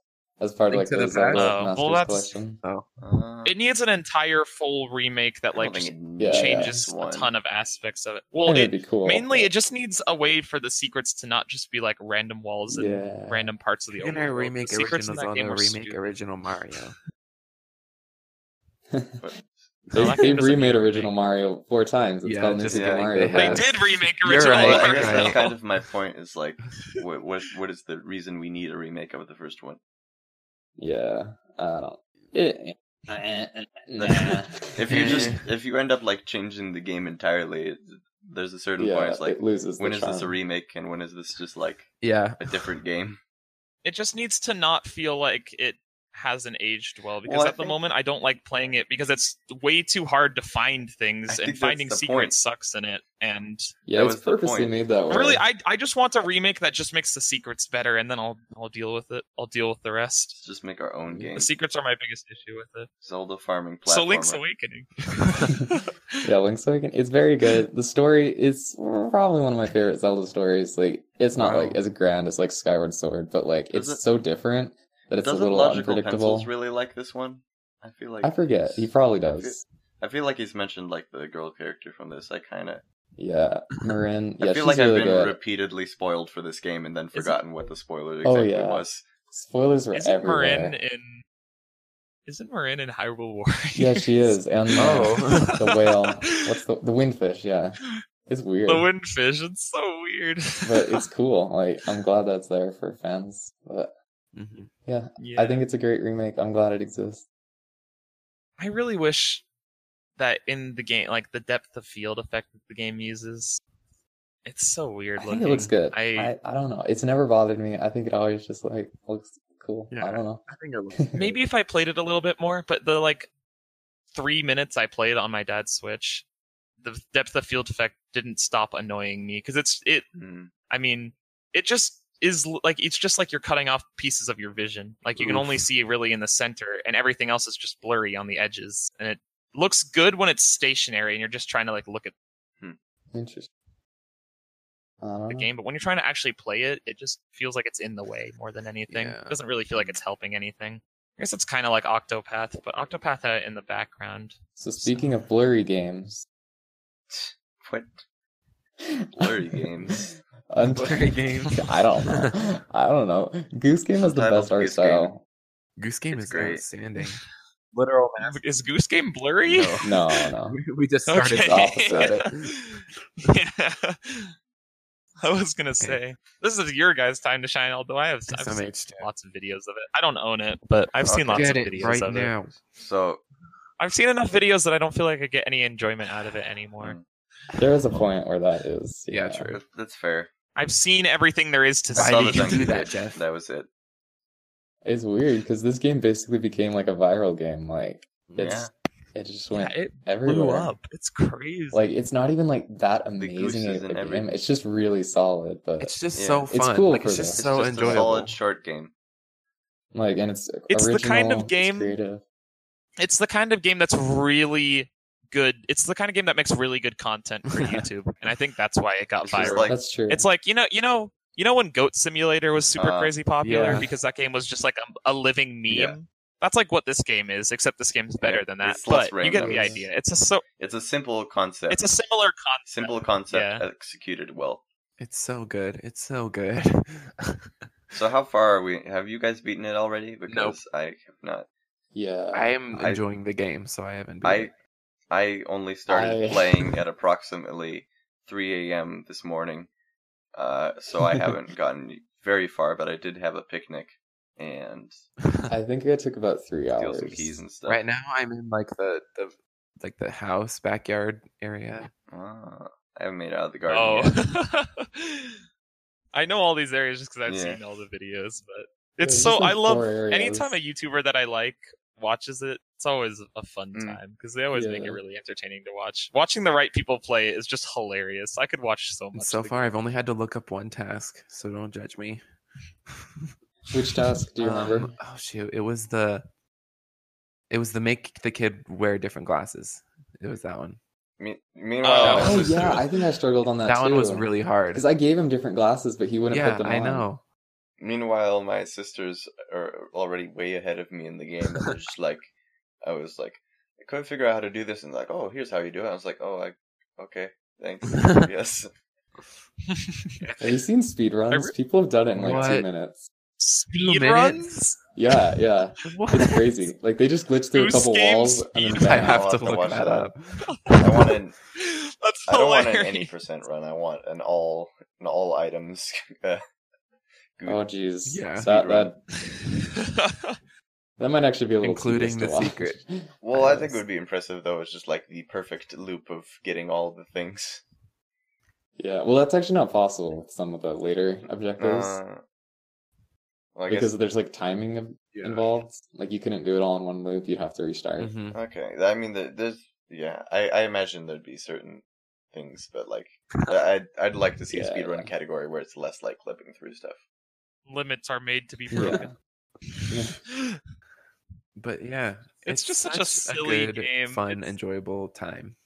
Speaker 2: As part of like
Speaker 3: Link to
Speaker 2: the
Speaker 3: the
Speaker 2: Zelda
Speaker 3: Past?
Speaker 4: Oh, well,
Speaker 2: Masters
Speaker 4: that's-
Speaker 2: Collection.
Speaker 1: Uh,
Speaker 4: It needs an entire full remake that
Speaker 1: I
Speaker 4: like
Speaker 1: don't think
Speaker 4: just
Speaker 1: it
Speaker 2: Yeah, yeah.
Speaker 4: changes
Speaker 1: needs one.
Speaker 4: a ton of aspects of
Speaker 2: I
Speaker 4: it. Well,
Speaker 2: mean, it'd
Speaker 4: it,
Speaker 2: be cool.
Speaker 4: mainly it
Speaker 2: but-
Speaker 4: just needs a way for the secrets to not just be like random walls and
Speaker 2: yeah.
Speaker 4: random parts of the
Speaker 3: You're gonna
Speaker 4: overworld.
Speaker 3: remake
Speaker 4: the secrets in that
Speaker 3: original
Speaker 4: game
Speaker 3: Zelda,
Speaker 4: were
Speaker 3: remake
Speaker 4: stupid.
Speaker 3: original Mario.
Speaker 1: But
Speaker 4: No,
Speaker 2: They,
Speaker 4: I think
Speaker 2: they've
Speaker 4: that's a
Speaker 2: remade
Speaker 4: new
Speaker 2: original Mario four times. It's
Speaker 3: Yeah,
Speaker 2: called New
Speaker 3: just-
Speaker 2: Super
Speaker 1: yeah,
Speaker 2: Mario.
Speaker 3: they
Speaker 4: They
Speaker 3: have.
Speaker 2: Bros.
Speaker 4: did remake
Speaker 1: You're
Speaker 4: original
Speaker 1: right. I
Speaker 4: Mario.
Speaker 1: guess that's
Speaker 3: Right.
Speaker 1: kind of my point. Is like, what, what what is the reason we need a remake of the first one?
Speaker 2: Yeah, I don't. It, nah.
Speaker 1: If you just if you end up like changing the game entirely, it- there's a certain
Speaker 2: yeah,
Speaker 1: point. It's like,
Speaker 2: it loses.
Speaker 1: when
Speaker 2: the
Speaker 1: is this a
Speaker 2: charm.
Speaker 1: remake and when is this just like
Speaker 3: Yeah.
Speaker 1: a different game?
Speaker 4: It just needs to not feel like it hasn't aged well because
Speaker 1: Well, I
Speaker 4: at the
Speaker 1: think-
Speaker 4: moment I don't like playing it because it's way too hard to find
Speaker 1: I
Speaker 4: things
Speaker 1: think
Speaker 4: and
Speaker 1: that's
Speaker 4: finding
Speaker 1: the
Speaker 4: secrets
Speaker 1: point.
Speaker 4: sucks in it and
Speaker 2: Yeah,
Speaker 1: That
Speaker 2: it's
Speaker 1: was the
Speaker 2: purposely
Speaker 1: point.
Speaker 2: made that way.
Speaker 4: really I I just want a remake that just makes the secrets better and then I'll I'll deal with it. I'll deal with the
Speaker 1: Let's
Speaker 4: rest.
Speaker 1: just make our own game.
Speaker 4: The secrets are my biggest issue with it.
Speaker 1: Zelda farming platformer.
Speaker 4: So Link's Awakening.
Speaker 2: yeah, Link's Awakening. It's very good. The story is probably one of my favorite Zelda stories. Like, it's not
Speaker 3: Wow.
Speaker 2: like as grand as like Skyward Sword, but like it's
Speaker 1: Doesn't-
Speaker 2: so different that it's a
Speaker 1: Doesn't
Speaker 2: little
Speaker 1: Logical
Speaker 2: unpredictable.
Speaker 1: Pencils really like this one? I feel like
Speaker 2: I forget. He probably
Speaker 1: I feel-
Speaker 2: does.
Speaker 1: I feel like he's mentioned like the girl character from this. I kind of
Speaker 2: Yeah, Marin.
Speaker 1: I
Speaker 2: Yeah,
Speaker 1: feel
Speaker 2: she's
Speaker 1: like I've
Speaker 2: really
Speaker 1: been
Speaker 2: good.
Speaker 1: repeatedly spoiled for this game and then forgotten what the spoiler
Speaker 2: Oh,
Speaker 1: exactly
Speaker 2: yeah.
Speaker 1: was.
Speaker 2: Spoilers were
Speaker 4: Isn't
Speaker 2: everywhere.
Speaker 4: Marin in Isn't Marin in Hyrule Warriors?
Speaker 2: Yeah, she is. And the,
Speaker 3: Oh.
Speaker 2: the whale. What's the the windfish? Yeah, it's weird,
Speaker 4: The Windfish. It's so weird.
Speaker 2: but it's cool. Like, I'm glad that's there for fans. But
Speaker 3: Mhm.
Speaker 2: yeah,
Speaker 4: yeah.
Speaker 2: I think it's a great remake. I'm glad it exists.
Speaker 4: I really wish that in the game, like the depth of field effect that the game uses, it's so weird
Speaker 2: I
Speaker 4: looking.
Speaker 2: think it looks good.
Speaker 4: I,
Speaker 2: I, I don't know. It's never bothered me. I think it always just like looks cool.
Speaker 3: Yeah.
Speaker 2: I don't know.
Speaker 3: I think it looks
Speaker 4: maybe if I played it a little bit more, but the like three minutes I played on my dad's Switch, the depth of field effect didn't stop annoying me because it's it.
Speaker 1: Hmm.
Speaker 4: I mean, it just is l- like it's just like you're cutting off pieces of your vision. Like you can
Speaker 3: Oof.
Speaker 4: only see really in the center, and everything else is just blurry on the edges. And it looks good when it's stationary, and you're just trying to like look at
Speaker 2: Interesting. I don't
Speaker 4: the
Speaker 3: Mm.
Speaker 2: know.
Speaker 4: game, but when you're trying to actually play it, it just feels like it's in the way more than anything.
Speaker 3: Yeah. Mm.
Speaker 4: It doesn't really feel like it's helping anything. I guess it's kind of like Octopath, but Octopath had it in the background.
Speaker 2: So speaking of blurry games,
Speaker 1: What blurry games?
Speaker 2: Un-
Speaker 3: Blurry games.
Speaker 2: I don't know. I don't know. Goose Game is the
Speaker 1: Subtitles
Speaker 2: best art
Speaker 1: Goose Game.
Speaker 2: style.
Speaker 3: Goose Game
Speaker 1: It's
Speaker 3: is
Speaker 1: great.
Speaker 3: outstanding. Literal
Speaker 4: Is Goose Game blurry?
Speaker 2: No, no.
Speaker 3: We, we just started
Speaker 4: Okay.
Speaker 2: the opposite of
Speaker 3: off with
Speaker 4: yeah. I was gonna say this is your guys' time to shine. Although I have I've seen
Speaker 3: SMH2.
Speaker 4: lots of videos of it. I don't own it, but I've seen lots
Speaker 3: Get
Speaker 4: of
Speaker 3: it
Speaker 4: videos
Speaker 3: right
Speaker 4: of it.
Speaker 3: now.
Speaker 1: So
Speaker 4: I've seen enough videos that I don't feel like I get any enjoyment out of it anymore.
Speaker 1: mm,
Speaker 2: There is a point where that is.
Speaker 3: Yeah, true.
Speaker 1: that's, that's fair.
Speaker 4: I've seen everything there is to
Speaker 3: Why
Speaker 1: I
Speaker 4: see.
Speaker 1: saw
Speaker 3: did
Speaker 1: the
Speaker 3: you
Speaker 1: Donkey
Speaker 3: do that,
Speaker 1: Kid.
Speaker 3: Jeff?
Speaker 1: That was it.
Speaker 2: It's weird because this game basically became like a viral game. Like it's
Speaker 1: Yeah.
Speaker 2: it just
Speaker 4: Yeah,
Speaker 2: went
Speaker 4: it
Speaker 2: everywhere.
Speaker 4: blew up. It's crazy.
Speaker 2: Like it's not even like that
Speaker 1: goose
Speaker 2: amazing
Speaker 1: is
Speaker 2: of a
Speaker 1: in every-
Speaker 2: game. It's just really solid, but
Speaker 3: It's just
Speaker 1: Yeah.
Speaker 3: so
Speaker 2: It's
Speaker 3: fun.
Speaker 2: cool
Speaker 3: like,
Speaker 2: for
Speaker 3: it's
Speaker 2: that.
Speaker 3: just
Speaker 1: It's
Speaker 3: so
Speaker 1: just a
Speaker 3: enjoyable.
Speaker 1: solid short game.
Speaker 2: like and it's
Speaker 4: It's the kind
Speaker 2: original,
Speaker 4: of
Speaker 2: it's
Speaker 4: game-
Speaker 2: creative.
Speaker 4: it's the kind of game that's really good. It's the kind of game that makes really good content for YouTube, and I think that's why it got
Speaker 1: It's just
Speaker 4: viral.
Speaker 1: like-
Speaker 2: That's true.
Speaker 4: it's like you know, you know, you know when Goat Simulator was super
Speaker 1: Uh,
Speaker 4: crazy popular
Speaker 3: yeah.
Speaker 4: because that game was just like a, a living meme.
Speaker 1: Yeah.
Speaker 4: That's like what this game is, except this game's better
Speaker 1: Yeah,
Speaker 4: than that.
Speaker 1: it's less
Speaker 4: But you get the
Speaker 1: randomness.
Speaker 4: idea. It's a so
Speaker 1: It's a simple concept.
Speaker 4: it's a similar concept.
Speaker 1: simple concept
Speaker 4: Yeah.
Speaker 1: executed well.
Speaker 3: It's so good. It's so good.
Speaker 1: So how far are we? Have you guys beaten it already? Because I have not.
Speaker 2: yeah.
Speaker 3: I am
Speaker 1: I-
Speaker 3: enjoying the game, so I haven't. beat
Speaker 1: I
Speaker 3: it.
Speaker 1: I only started
Speaker 2: I-
Speaker 1: playing at approximately 3 a.m. this morning, uh, so I haven't gotten very far. But I did have a picnic and
Speaker 2: I think I took about three
Speaker 1: steal
Speaker 2: hours.
Speaker 1: some keys and stuff.
Speaker 3: right now, I'm in like the the like the house backyard area.
Speaker 1: Ah, I haven't made it out of the garden. yet.
Speaker 4: Oh, I know all these areas just because I've
Speaker 1: Yeah.
Speaker 4: seen all the videos. But
Speaker 2: Yeah,
Speaker 4: it's
Speaker 2: just,
Speaker 4: so
Speaker 2: like,
Speaker 4: I love
Speaker 2: four areas.
Speaker 4: anytime a YouTuber that I like watches it, it's always a fun
Speaker 1: Mm.
Speaker 4: time because they always make
Speaker 2: Yeah.
Speaker 4: it really entertaining to watch. Watching the right people play is just hilarious. I could watch so
Speaker 3: And
Speaker 4: much.
Speaker 3: so
Speaker 4: of the-
Speaker 3: far, I've only had to look up one task, so don't judge me.
Speaker 2: Which task do you
Speaker 3: Um,
Speaker 2: remember?
Speaker 3: oh shoot! It was the it was the make the kid wear different glasses. It was that one.
Speaker 1: Me- meanwhile,
Speaker 4: Oh,
Speaker 1: I
Speaker 2: Oh
Speaker 1: was
Speaker 2: yeah,
Speaker 1: doing-
Speaker 2: I think I struggled on that.
Speaker 3: That, one was
Speaker 2: too.
Speaker 3: really hard.
Speaker 2: because I gave him different glasses, but he wouldn't
Speaker 3: yeah,
Speaker 2: put them on.
Speaker 3: I know.
Speaker 1: meanwhile, my sisters are already way ahead of me in the game. They're just like, I was like, I couldn't figure out how to do this, and like, oh, here's how you do it. I was like, oh, I okay, thanks, yes.
Speaker 2: Have you seen speedruns?
Speaker 4: I re-
Speaker 2: People have done it in like two
Speaker 3: What?
Speaker 2: minutes.
Speaker 4: speed
Speaker 3: minutes?
Speaker 4: runs.
Speaker 2: Yeah, yeah. It's crazy. Like they just glitched through a
Speaker 4: Goose
Speaker 2: couple
Speaker 4: game
Speaker 2: walls. And
Speaker 4: speed.
Speaker 2: then
Speaker 3: I
Speaker 2: back.
Speaker 3: have
Speaker 1: I'll
Speaker 3: to
Speaker 1: have to
Speaker 3: look
Speaker 1: watch
Speaker 3: that
Speaker 1: that.
Speaker 3: up.
Speaker 1: I want an.
Speaker 4: That's
Speaker 1: I don't want
Speaker 4: hilarious.
Speaker 1: an any percent run. I want an all an all items. uh,
Speaker 2: Oh jeez.
Speaker 3: Yeah.
Speaker 2: So That, that that might actually be a little
Speaker 3: Including
Speaker 2: tedious
Speaker 3: the
Speaker 2: to watch.
Speaker 3: secret.
Speaker 1: well, I think
Speaker 3: Yes.
Speaker 1: it would be impressive though. It's just like the perfect loop of getting all the things.
Speaker 2: yeah. Well, that's actually not possible with some of the later objectives
Speaker 1: Uh, well, I guess
Speaker 2: because there's like timing of, involved. Like you couldn't do it all in one loop. You'd have to restart.
Speaker 4: Mm-hmm.
Speaker 3: Mhm.
Speaker 1: Okay, I mean, the, there's yeah, I, I imagine there'd be certain things, but like, I- I'd I'd like to see a
Speaker 2: Yeah.
Speaker 1: speedrun category where it's less like clipping through stuff.
Speaker 4: Limits are made to be
Speaker 2: Yeah.
Speaker 4: broken.
Speaker 3: But yeah,
Speaker 4: It's just such a silly
Speaker 3: good,
Speaker 4: game.
Speaker 3: fun,
Speaker 4: It's-
Speaker 3: enjoyable time.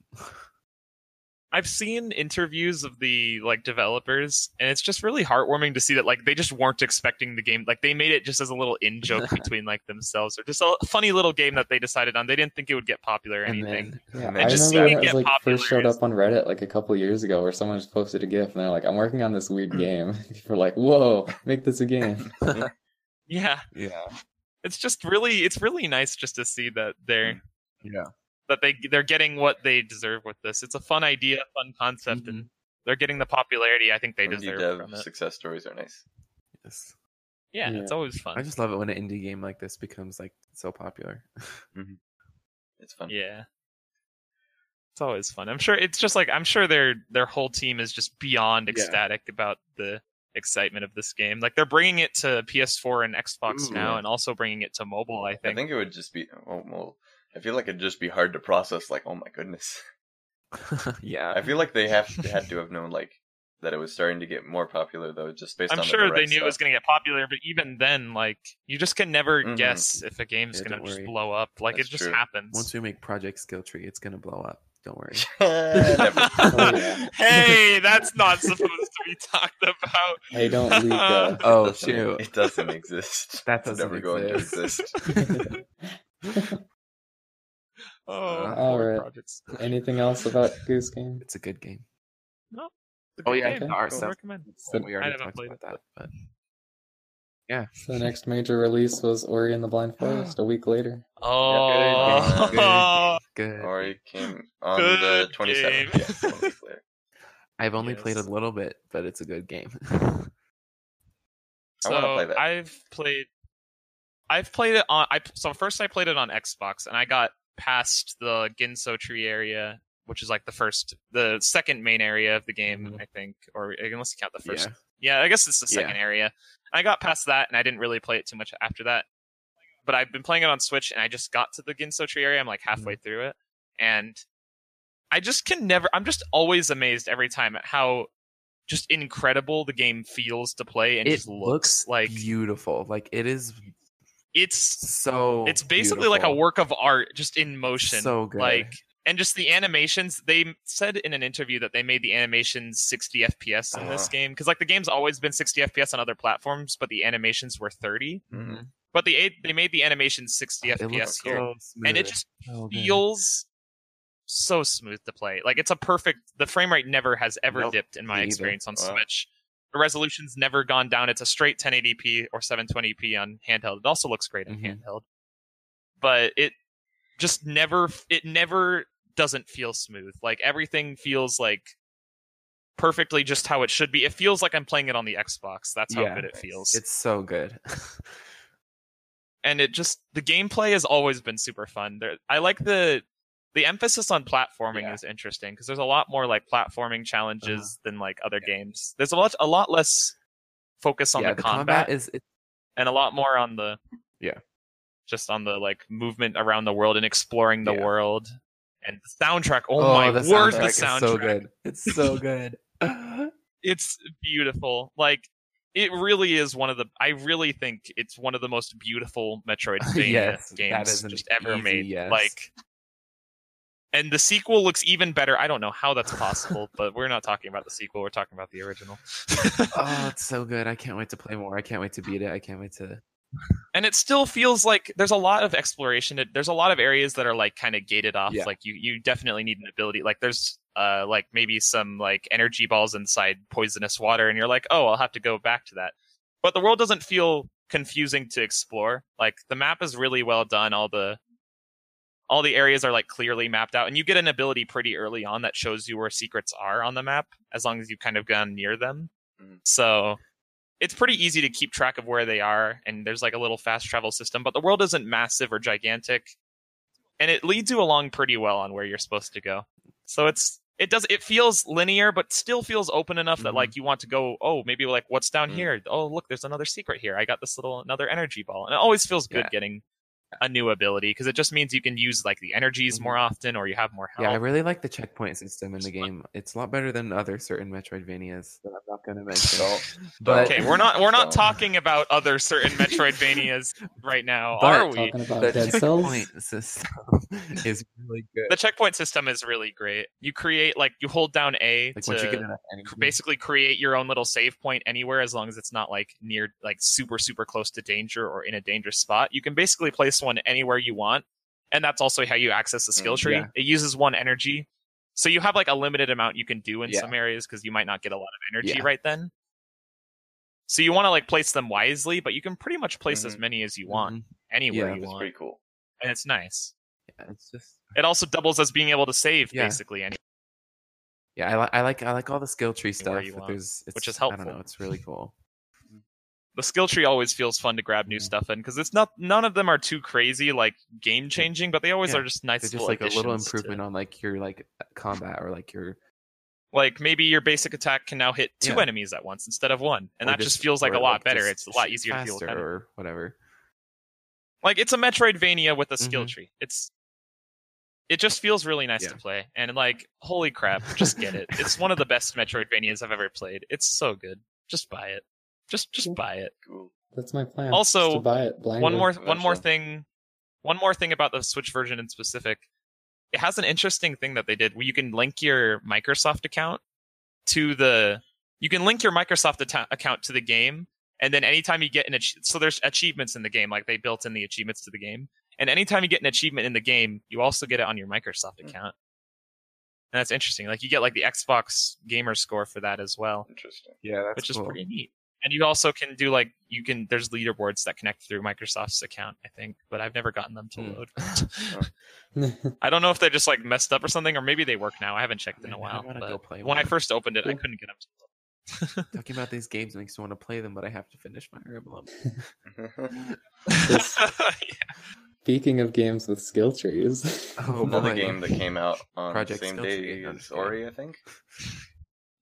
Speaker 4: I've seen interviews of the like developers, and it's just really heartwarming to see that like they just weren't expecting the game. Like they made it just as a little in joke between like themselves, or just a funny little game that they decided on. They didn't think it would get popular or
Speaker 3: And
Speaker 4: anything.
Speaker 3: then
Speaker 2: Yeah,
Speaker 1: And
Speaker 2: I
Speaker 1: it just
Speaker 2: remember when it
Speaker 4: didn't
Speaker 2: was
Speaker 4: get
Speaker 2: like first showed
Speaker 4: popular.
Speaker 2: up on Reddit like a couple years ago, where someone just posted a GIF and they're like, "I'm working on this
Speaker 4: Mm.
Speaker 2: weird game." People are like, "Whoa, make this a game!"
Speaker 4: Yeah,
Speaker 3: yeah,
Speaker 4: it's just really it's really nice just to see that they're
Speaker 3: yeah,
Speaker 4: that they they're getting what they deserve with this. It's a fun idea, fun concept, and they're getting the popularity I think they
Speaker 1: Indie
Speaker 4: deserve
Speaker 1: dev
Speaker 4: from it.
Speaker 1: success stories are nice.
Speaker 3: yes.
Speaker 4: Yeah,
Speaker 2: Yeah.
Speaker 4: it's always fun.
Speaker 3: I just love it when an indie game like this becomes like so popular.
Speaker 1: It's fun.
Speaker 4: Yeah. It's always fun. I'm sure it's just like I'm sure their their whole team is just beyond
Speaker 3: Yeah.
Speaker 4: ecstatic about the excitement of this game. Like they're bringing it to PS4 and Xbox
Speaker 3: Ooh.
Speaker 4: now and also bringing it to mobile, I
Speaker 1: I
Speaker 4: think.
Speaker 1: think it would just be well, well, I feel like it'd just be hard to process. Like, oh my goodness,
Speaker 3: yeah,
Speaker 1: I feel like they have had to have known like that it was starting to get more popular though, just based
Speaker 4: I'm
Speaker 1: on
Speaker 4: sure
Speaker 1: the
Speaker 4: they
Speaker 1: direct
Speaker 4: knew it was
Speaker 1: stuff.
Speaker 4: going to get popular, but even then like you just can never
Speaker 1: Mhm.
Speaker 4: guess if a game's
Speaker 3: Yeah,
Speaker 4: going to
Speaker 3: don't
Speaker 4: just
Speaker 3: worry.
Speaker 4: blow up. Like
Speaker 1: That's
Speaker 4: it just
Speaker 1: true.
Speaker 4: happens.
Speaker 3: once we make Project Skill Tree, it's gonna blow up. Don't worry.
Speaker 1: Never.
Speaker 2: Oh, yeah.
Speaker 4: hey, that's not supposed to be talked about.
Speaker 2: hey, don't leak. Uh...
Speaker 3: Oh
Speaker 1: It doesn't-
Speaker 3: shoot,
Speaker 1: It doesn't exist.
Speaker 3: That
Speaker 1: It's
Speaker 3: doesn't
Speaker 1: never going to
Speaker 3: exist.
Speaker 1: exist.
Speaker 4: Oh,
Speaker 2: All
Speaker 4: poor
Speaker 2: right.
Speaker 4: projects.
Speaker 2: Anything else about Goose Game?
Speaker 3: it's a good game.
Speaker 4: It's a
Speaker 3: Oh
Speaker 4: good
Speaker 3: yeah,
Speaker 4: game.
Speaker 3: the art
Speaker 4: Don't
Speaker 3: stuff.
Speaker 4: recommend.
Speaker 2: So,
Speaker 3: we already
Speaker 4: haven't
Speaker 3: talked
Speaker 4: played
Speaker 3: about that, but
Speaker 2: so the next major release was Ori and the Blind Forest a week later.
Speaker 4: Oh,
Speaker 1: good game.
Speaker 3: good.
Speaker 1: Ori came on
Speaker 4: Good
Speaker 1: the 27th.
Speaker 4: game.
Speaker 1: Yes, one week later.
Speaker 3: I've only played a
Speaker 4: Yes.
Speaker 3: little bit, but it's a good game.
Speaker 1: I
Speaker 4: so
Speaker 1: wanna play that.
Speaker 4: I've played. I've played it on. I so first I played it on Xbox, and I got past the Ginso tree area, which is like the first, the second main area of the game,
Speaker 1: Mm-hmm.
Speaker 3: Mhm.
Speaker 4: I think, or unless you count the first.
Speaker 3: yeah,
Speaker 4: Yeah, I guess it's the
Speaker 3: Yeah.
Speaker 4: second area. I got past that, and I didn't really play it too much after that. But I've been playing it on Switch, and I just got to the Ginso tree area. I'm
Speaker 1: Mm-hmm.
Speaker 4: like halfway through it, and I just can never. I'm just always amazed every time at how just incredible the game feels to play, and
Speaker 3: it
Speaker 4: just looks like
Speaker 3: beautiful. Like it is
Speaker 4: it's
Speaker 3: so.
Speaker 4: it's basically like a
Speaker 3: beautiful.
Speaker 4: work of art just in motion.
Speaker 3: So good.
Speaker 4: Like and just the animations. They said in an interview that they made the animations 60 FPS in this
Speaker 1: Uh-huh.
Speaker 4: game because like the game's always been 60 FPS on other platforms, but the animations were 30.
Speaker 1: Mhm.
Speaker 4: But they they made the animations 60
Speaker 3: Mm-hmm. It
Speaker 4: FPS
Speaker 3: looks
Speaker 4: here,
Speaker 3: so smooth.
Speaker 4: and it just
Speaker 3: so good.
Speaker 4: feels so smooth to play. Like it's a perfect. The frame rate never has ever
Speaker 3: Nope,
Speaker 4: dipped in my
Speaker 3: me either.
Speaker 4: experience on
Speaker 1: Wow.
Speaker 4: Switch. The resolution's never gone down. It's a straight 1080p or 720p on handheld. It also looks great on
Speaker 3: Mhm.
Speaker 4: handheld, but it just never. It never doesn't feel smooth. Like everything feels like perfectly just how it should be. It feels like I'm playing it on the Xbox. That's how
Speaker 3: Yeah.
Speaker 4: good it feels
Speaker 3: It's so good.
Speaker 4: and it just the gameplay has always been super fun. There, I like the the emphasis on platforming
Speaker 3: Yeah. Uh-huh.
Speaker 4: is interesting because there's a lot more like platforming challenges than like other games. There's a lot a lot less focus on
Speaker 3: yeah,
Speaker 4: the, combat,
Speaker 3: is it,
Speaker 4: and a lot more on the
Speaker 3: Yeah.
Speaker 4: just on the like movement around the world and exploring the
Speaker 3: Yeah.
Speaker 4: world and the soundtrack. Oh,
Speaker 3: oh,
Speaker 4: my
Speaker 3: the
Speaker 4: word, the
Speaker 3: soundtrack is
Speaker 4: soundtrack
Speaker 3: so good. It's so good. yeah,
Speaker 4: it's beautiful. Like it really is one of the. I really think it's one of the most beautiful Metroidvania
Speaker 3: Yes, that
Speaker 4: games
Speaker 3: is an
Speaker 4: just ever
Speaker 3: easy
Speaker 4: made.
Speaker 3: yes.
Speaker 4: Like, and the sequel looks even better. I don't know how that's possible, but we're not talking about the sequel. We're talking about the original.
Speaker 3: oh, it's so good. I can't wait to play more. I can't wait to beat it. I can't wait to.
Speaker 4: and it still feels like there's a lot of exploration It- there's a lot of areas that are like kind of gated off
Speaker 3: Yeah.
Speaker 4: like you you definitely need an ability like there's uh like maybe some like energy balls inside poisonous water and you're like oh i'll have to go back to that but the world doesn't feel confusing to explore. Like the map is really well done. All the all the areas are like clearly mapped out, and you get an ability pretty early on that shows you where secrets are on the map as long as you've kind of gone near them.
Speaker 1: Mhm.
Speaker 4: So it's pretty easy to keep track of where they are, and there's like a little fast travel system. But the world isn't massive or gigantic, and it leads you along pretty well on where you're supposed to go. So it's it does it feels linear, but still feels open enough that
Speaker 3: Mhm.
Speaker 4: like you want to go. Oh, maybe like what's down
Speaker 1: Mhm.
Speaker 4: here? Oh, look, there's another secret here. I got this little another energy ball, and it always feels good
Speaker 1: Yeah.
Speaker 4: getting a new ability because it just means you can use like the energies
Speaker 3: Mhm.
Speaker 4: more often, or you have more health.
Speaker 3: Yeah, I really like the checkpoint system in the
Speaker 4: Just like-
Speaker 3: game. It's a lot better than other certain Metroidvanias that I'm not going to mention.
Speaker 1: Don't-
Speaker 3: But
Speaker 4: Oh, Okay, we're not we're not
Speaker 1: So-
Speaker 4: talking about other certain Metroidvanias right now,
Speaker 3: But
Speaker 4: are we?
Speaker 2: Talking about
Speaker 3: the
Speaker 2: Oh, dead cells.
Speaker 3: checkpoint system is really good.
Speaker 4: The checkpoint system is really great. You create like you hold down A
Speaker 3: Like once you get
Speaker 4: to
Speaker 3: enough
Speaker 4: cr-
Speaker 3: energy,
Speaker 4: basically create your own little save point anywhere as long as it's not like near like super super close to danger or in a dangerous spot. You can basically place one anywhere you want, and that's also how you access the skill
Speaker 1: Mm,
Speaker 4: tree.
Speaker 3: yeah.
Speaker 4: It uses one energy. So you have like a limited amount you can do in
Speaker 3: Yeah.
Speaker 4: some areas because you might not get a lot of energy
Speaker 3: Yeah.
Speaker 4: right then. So you want to like place them wisely, but you can pretty much place as many as you want.
Speaker 3: Mhm.
Speaker 4: anywhere
Speaker 3: Mm-hmm. Yeah.
Speaker 4: you
Speaker 1: That's
Speaker 4: want,
Speaker 1: pretty cool.
Speaker 4: and it's nice.
Speaker 3: Yeah, it's just
Speaker 4: It also doubles as being able to save
Speaker 3: Yeah.
Speaker 4: basically, any-
Speaker 3: yeah. I, li- I like I like all the skill tree stuff.
Speaker 4: you
Speaker 3: but
Speaker 4: want,
Speaker 3: there's, it's,
Speaker 4: which is
Speaker 3: I don't
Speaker 4: helpful.
Speaker 3: know. It's really cool.
Speaker 4: the skill tree always feels fun to grab new
Speaker 3: Mhm.
Speaker 4: stuff in because it's not none of them are too crazy like game changing, but they always
Speaker 3: Yeah.
Speaker 4: are just nice.
Speaker 3: It's just
Speaker 4: little
Speaker 3: like a little
Speaker 4: additions to-
Speaker 3: improvement on like your like combat or like your
Speaker 4: like maybe your basic attack can now hit two
Speaker 3: Yeah.
Speaker 4: enemies at once instead of one, and
Speaker 3: or
Speaker 4: that just, feels like
Speaker 3: or,
Speaker 4: a lot better. It's a
Speaker 3: just
Speaker 4: lot
Speaker 3: shoot
Speaker 4: easier to deal with.
Speaker 3: faster
Speaker 4: enemies.
Speaker 3: or whatever.
Speaker 4: Like it's a Metroidvania with a skill
Speaker 3: Mhm.
Speaker 4: tree. It's it just feels really nice
Speaker 3: Yeah.
Speaker 4: to play, and like holy crap, just get it. It's one of the best Metroidvanias I've ever played. It's so good. Just buy it. Just just
Speaker 2: Yeah.
Speaker 4: buy it.
Speaker 1: Cool.
Speaker 2: That's my plan.
Speaker 4: Also,
Speaker 2: just to buy it blindly.
Speaker 4: one more one more
Speaker 1: eventually.
Speaker 4: thing one more thing about the switch version in specific it has an interesting thing that they did where you can link your microsoft account to the you can link your microsoft atta- account to the game and then anytime you get an ach- so there's achievements in the game like they built in the achievements to the game and anytime you get an achievement in the game you also get it on your microsoft
Speaker 1: Hmm.
Speaker 4: account and that's interesting like you get like the xbox gamer score for that as well
Speaker 1: Interesting.
Speaker 3: Yeah, that's
Speaker 4: which is pretty neat. And you also can do like you can. There's leaderboards that connect through Microsoft's account, I think, but I've never gotten them to
Speaker 3: Hmm.
Speaker 4: load.
Speaker 2: more.
Speaker 4: I don't know if they just like messed up or something, or maybe they work now. I haven't checked in a
Speaker 3: Man, I
Speaker 4: while.
Speaker 3: wanna
Speaker 4: but
Speaker 3: go play
Speaker 4: when I
Speaker 3: one.
Speaker 4: first opened it, I
Speaker 2: Yeah.
Speaker 4: couldn't get them. To load.
Speaker 3: Talking about these games makes me want to play them, but I have to finish my emblem.
Speaker 2: Just Speaking of games with skill trees,
Speaker 3: Oh,
Speaker 1: Another
Speaker 3: boy.
Speaker 1: game that came out on
Speaker 3: Project
Speaker 1: the same
Speaker 3: Stealthy
Speaker 1: day
Speaker 3: Games,
Speaker 1: as
Speaker 3: yeah.
Speaker 1: Ori, I think.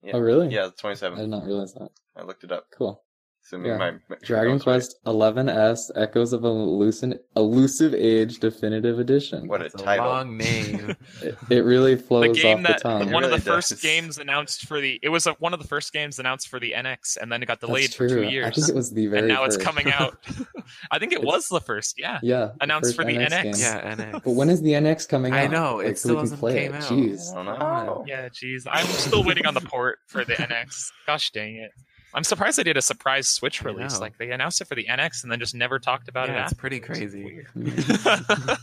Speaker 1: Yeah.
Speaker 2: oh really?
Speaker 1: Yeah, the
Speaker 2: I did
Speaker 1: 27th.
Speaker 2: not realize that.
Speaker 1: I looked it up.
Speaker 2: Cool.
Speaker 1: Assuming
Speaker 2: Yeah.
Speaker 1: my my-
Speaker 2: Dragon
Speaker 1: that was
Speaker 2: Quest 11S Echoes of an Elusive, elusive Age Definitive Edition.
Speaker 1: What a
Speaker 3: That's
Speaker 1: title.
Speaker 3: long name.
Speaker 2: It, it really
Speaker 4: the
Speaker 2: flows
Speaker 4: game
Speaker 2: off
Speaker 4: that
Speaker 2: the tongue.
Speaker 4: one
Speaker 1: It
Speaker 4: of the
Speaker 1: really does.
Speaker 4: first games announced for the it was uh one of the first games announced for the NX, and then it got
Speaker 2: That's
Speaker 4: delayed for
Speaker 2: true.
Speaker 4: two years,
Speaker 2: I think it was the very
Speaker 4: and now it's
Speaker 2: first.
Speaker 4: coming out. I think it
Speaker 2: It's-
Speaker 4: was the first. Yeah,
Speaker 2: Yeah, the first
Speaker 4: announced for the NX.
Speaker 2: game.
Speaker 3: yeah, NX.
Speaker 2: But when is the NX coming out?
Speaker 3: I know
Speaker 2: Like,
Speaker 3: it
Speaker 2: so we
Speaker 3: still
Speaker 2: can
Speaker 3: hasn't
Speaker 2: play
Speaker 3: came
Speaker 2: it.
Speaker 3: out.
Speaker 2: Jeez.
Speaker 1: I don't know.
Speaker 3: Come on.
Speaker 4: yeah. Jeez, I'm still waiting on the port for the NX. Gosh dang it! I'm surprised they did a surprise Switch
Speaker 3: I
Speaker 4: release.
Speaker 3: know.
Speaker 4: Like they announced it for the NX and then just never talked about
Speaker 3: Yeah,
Speaker 4: it.
Speaker 3: it's
Speaker 4: after.
Speaker 3: pretty
Speaker 4: It was
Speaker 3: crazy.
Speaker 4: weird.
Speaker 2: Mm.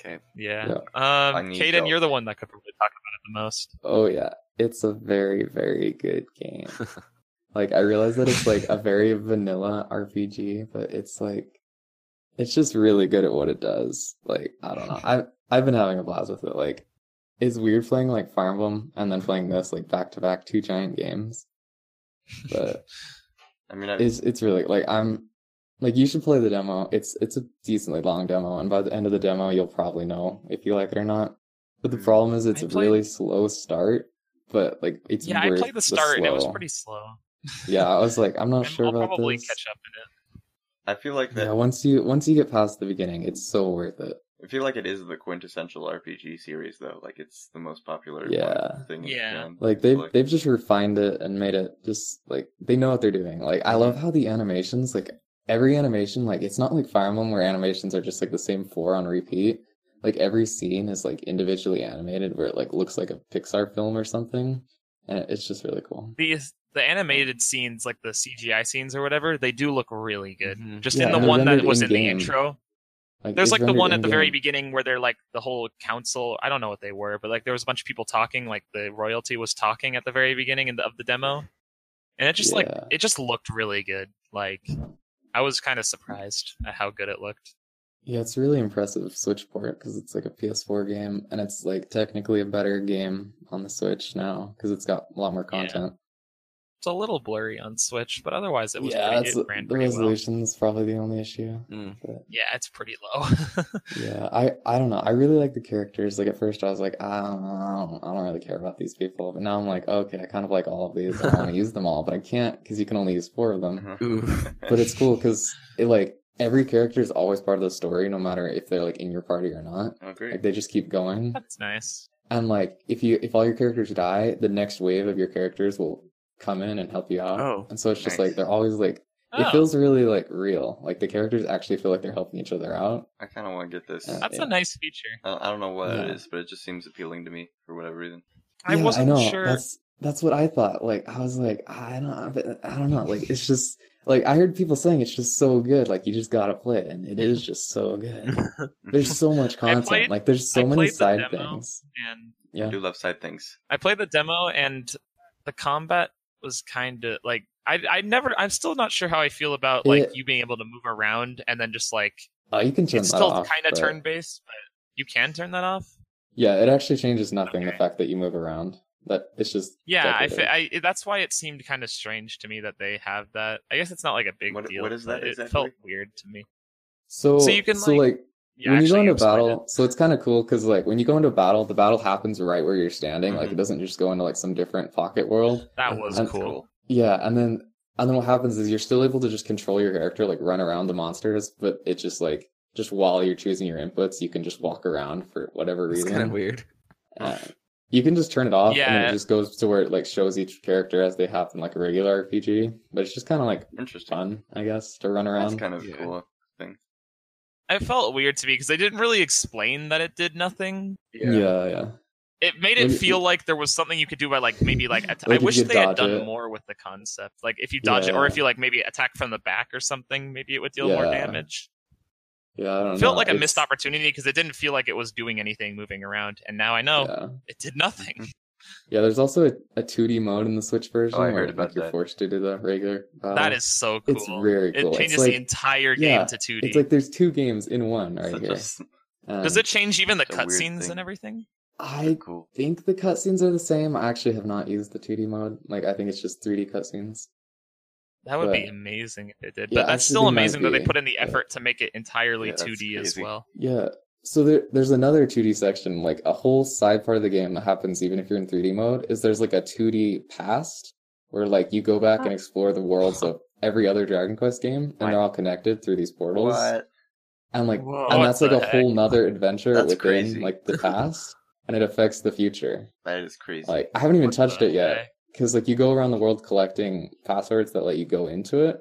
Speaker 3: Okay.
Speaker 4: yeah. Um,
Speaker 1: need
Speaker 4: Caden,
Speaker 1: help.
Speaker 4: you're the one that could probably talk about it the most.
Speaker 2: Oh yeah, it's a very very good game. like I realize that it's like a very vanilla RPG, but it's like it's just really good at what it does. Like I don't know, I I've been having a blast with it. Like it's weird playing like Fire Emblem and then playing this like back to back two giant games, but
Speaker 1: I mean, I,
Speaker 2: it's it's really like I'm like you should play the demo. It's it's a decently long demo, and by the end of the demo, you'll probably know if you like it or not. But the
Speaker 1: Mhm.
Speaker 2: problem is, it's
Speaker 4: Mm. I
Speaker 2: a
Speaker 4: played-
Speaker 2: really slow start. But like, it's
Speaker 4: yeah, I
Speaker 2: worth
Speaker 4: played the start and it was
Speaker 2: slow.
Speaker 4: pretty slow.
Speaker 2: Yeah, I was like, I'm not
Speaker 4: I'm-
Speaker 2: sure
Speaker 4: I'll
Speaker 2: about
Speaker 4: probably
Speaker 2: this.
Speaker 4: catch up in it.
Speaker 1: I feel like that.
Speaker 2: Yeah, once you once you get past the beginning, it's so worth it.
Speaker 1: I feel like it is the quintessential RPG series, though. Like it's the most popular.
Speaker 2: Yeah.
Speaker 1: Thing
Speaker 4: Yeah.
Speaker 1: done.
Speaker 2: Like they've they've just refined it and made it just like they know what they're doing. Like I love how the animations, like every animation, like it's not like Fire Emblem where animations are just like the same four on repeat. Like every scene is like individually animated where it like looks like a Pixar film or something, and it's just really cool.
Speaker 4: The the animated scenes, like the CGI scenes or whatever, they do look really good.
Speaker 3: Mhm.
Speaker 4: Just
Speaker 2: Yeah,
Speaker 4: in the
Speaker 2: and they're
Speaker 4: one that
Speaker 2: rendered
Speaker 4: was in the
Speaker 2: in-game.
Speaker 4: intro, There's
Speaker 2: it's
Speaker 4: like the
Speaker 2: rendered
Speaker 4: one at the very
Speaker 2: in-game.
Speaker 4: beginning where they're like the whole council. I don't know what they were, but like there was a bunch of people talking. Like the royalty was talking at the very beginning in the, of the demo, and it just like
Speaker 2: Yeah.
Speaker 4: it just looked really good. Like, I was kind of surprised at how good it looked.
Speaker 2: Yeah, it's really impressive Switch port because it's like a PS4 game, and it's like technically a better game on the Switch now because it's got a lot more
Speaker 4: Yeah.
Speaker 2: content.
Speaker 4: It's a little blurry on Switch, but otherwise it was
Speaker 2: yeah,
Speaker 4: pretty,
Speaker 2: that's
Speaker 4: it ran
Speaker 2: the
Speaker 4: pretty well.
Speaker 2: resolution's probably the only issue.
Speaker 3: Mm.
Speaker 2: But
Speaker 4: Yeah, it's pretty low.
Speaker 2: yeah, I I don't know. I really like the characters. Like at first, I was like, I don't, I don't, I don't really care about these people, but now I'm like, okay, I kind of like all of these. I want to use them all, but I can't because you can only use four of
Speaker 1: Mm-hmm.
Speaker 2: them.
Speaker 1: uh-huh.
Speaker 3: Ooh.
Speaker 2: but it's cool because it like every character is always part of the story, no matter if they're like in your party or not.
Speaker 1: Agree.
Speaker 2: Like they just keep going,
Speaker 4: that's nice.
Speaker 2: and like if you if all your characters die, the next wave of your characters will come in and help you out.
Speaker 3: Oh,
Speaker 2: and so it's just
Speaker 1: nice.
Speaker 2: like they're always like
Speaker 4: Oh,
Speaker 2: it feels really like real. Like the characters actually feel like they're helping each other out.
Speaker 1: I kind of want to get this.
Speaker 2: Uh,
Speaker 1: I
Speaker 4: that's
Speaker 2: yeah.
Speaker 4: a nice feature.
Speaker 1: I don't know what it
Speaker 2: Yeah.
Speaker 1: is, but it just seems appealing to me for whatever reason.
Speaker 4: I
Speaker 2: Yeah,
Speaker 4: wasn't
Speaker 2: know.
Speaker 4: sure.
Speaker 2: That's that's what I thought. Like I was like I don't but I don't know. Like it's just like I heard people saying it's just so good. Like you just gotta play it, and it is just so good. There's so much
Speaker 4: I
Speaker 2: content.
Speaker 4: played-
Speaker 2: like there's
Speaker 4: I
Speaker 2: so many
Speaker 4: played the
Speaker 2: side
Speaker 4: demo.
Speaker 2: things.
Speaker 4: And
Speaker 1: I
Speaker 2: Yeah.
Speaker 1: do love side things.
Speaker 4: I played the demo, and the combat was kind of like I I never. I'm still not sure how I feel about like
Speaker 2: It-
Speaker 4: you being able to move around and then just like
Speaker 2: Oh, you can turn
Speaker 4: it's
Speaker 2: that
Speaker 4: still
Speaker 2: off,
Speaker 4: kind of
Speaker 2: but-
Speaker 4: turn based, but you can turn that off.
Speaker 2: Yeah, it actually changes nothing. The
Speaker 4: Okay.
Speaker 2: fact that you move around. That it's just
Speaker 4: Yeah, I, fe-
Speaker 2: decorative.
Speaker 4: I it- that's why it seemed kind of strange to me that they have that. I guess it's not like a big
Speaker 1: What-
Speaker 4: deal.
Speaker 1: what is
Speaker 4: but
Speaker 1: that
Speaker 4: It felt
Speaker 1: exactly?
Speaker 4: weird to me.
Speaker 2: so
Speaker 4: so you can,
Speaker 2: so
Speaker 4: like-
Speaker 2: like
Speaker 4: Yeah,
Speaker 2: when you go
Speaker 4: actually,
Speaker 2: into
Speaker 4: explained
Speaker 2: battle, so it's kind of cool because like when you go into battle, the battle happens right where you're standing.
Speaker 4: Mm-hmm.
Speaker 2: Like it doesn't just go into like some different pocket world.
Speaker 4: it. That was
Speaker 2: uh, That's
Speaker 4: cool.
Speaker 2: Yeah, and then and then what happens is you're still able to just control your character, like run around the monsters, but it just like just while you're choosing your inputs, you can just walk around for whatever
Speaker 3: It's
Speaker 2: reason.
Speaker 3: kind of weird.
Speaker 2: Uh, you can just turn it off, and
Speaker 4: Yeah.
Speaker 2: then it just goes to where it like shows each character as they happen, like a regular RPG. But it's just kind of like
Speaker 1: Interesting.
Speaker 2: fun, I guess, to run
Speaker 1: That's
Speaker 2: around.
Speaker 1: kind of
Speaker 3: Yeah.
Speaker 1: cool.
Speaker 4: It felt weird to me because they didn't really explain that it did nothing.
Speaker 2: yeah, yeah. yeah.
Speaker 4: It made it
Speaker 2: Maybe-
Speaker 4: feel like there was something you could do by like maybe like att-
Speaker 2: Like if
Speaker 4: I wish
Speaker 2: you
Speaker 4: they
Speaker 2: dodge
Speaker 4: had done
Speaker 2: it.
Speaker 4: more with the concept. Like if you dodge it, or if
Speaker 2: Yeah.
Speaker 4: you like maybe attack from the back or something, maybe it would deal more
Speaker 2: Yeah.
Speaker 4: damage.
Speaker 2: I don't know.
Speaker 4: Felt like a
Speaker 2: It's-
Speaker 4: missed opportunity because it didn't feel like it was doing anything moving around. And now I know
Speaker 2: Yeah.
Speaker 4: it did nothing.
Speaker 2: yeah, there's also a, a 2D mode in the Switch version
Speaker 1: Oh, I
Speaker 2: where
Speaker 1: heard
Speaker 2: like,
Speaker 1: about
Speaker 2: you're
Speaker 1: that.
Speaker 2: forced to do the regular. Battle.
Speaker 4: that is so cool.
Speaker 2: Um, it's very cool.
Speaker 4: It
Speaker 2: It's
Speaker 4: changes
Speaker 2: like-
Speaker 4: the entire game
Speaker 2: yeah,
Speaker 4: to 2D.
Speaker 2: It's like there's two games in one right
Speaker 1: Such a
Speaker 2: here.
Speaker 1: s-
Speaker 2: Um,
Speaker 4: Does it change even the
Speaker 1: it's a weird
Speaker 4: cutscenes
Speaker 1: thing.
Speaker 4: and everything?
Speaker 2: I
Speaker 1: cool.
Speaker 2: think the cutscenes are the same. I actually have not used the 2D mode. Like I think it's just 3D cutscenes.
Speaker 4: That would be
Speaker 2: But-
Speaker 4: amazing if they did.
Speaker 2: Yeah,
Speaker 4: But
Speaker 2: actually
Speaker 4: that's still
Speaker 2: they might
Speaker 4: amazing that they
Speaker 2: be,
Speaker 4: put in the
Speaker 2: but-
Speaker 4: effort to make it entirely
Speaker 1: Yeah, that's
Speaker 4: 2D as
Speaker 1: crazy.
Speaker 4: well.
Speaker 2: Yeah. So there, there's another 2D section, like a whole side part of the game that happens even if you're in 3D mode, is there's like a 2D past where like you go back and explore the worlds of every other Dragon Quest game and they're all connected through these portals.
Speaker 1: What?
Speaker 2: And like
Speaker 3: Whoa.
Speaker 2: and
Speaker 4: What
Speaker 2: that's like a
Speaker 4: the
Speaker 2: whole nother adventure
Speaker 1: That's
Speaker 2: within
Speaker 1: crazy.
Speaker 2: like the past and it affects the future.
Speaker 1: That is crazy.
Speaker 2: Like I haven't even
Speaker 4: What
Speaker 2: touched
Speaker 4: the
Speaker 2: it yet.
Speaker 4: heck?
Speaker 2: because like you go around the world collecting passwords that let you go into it,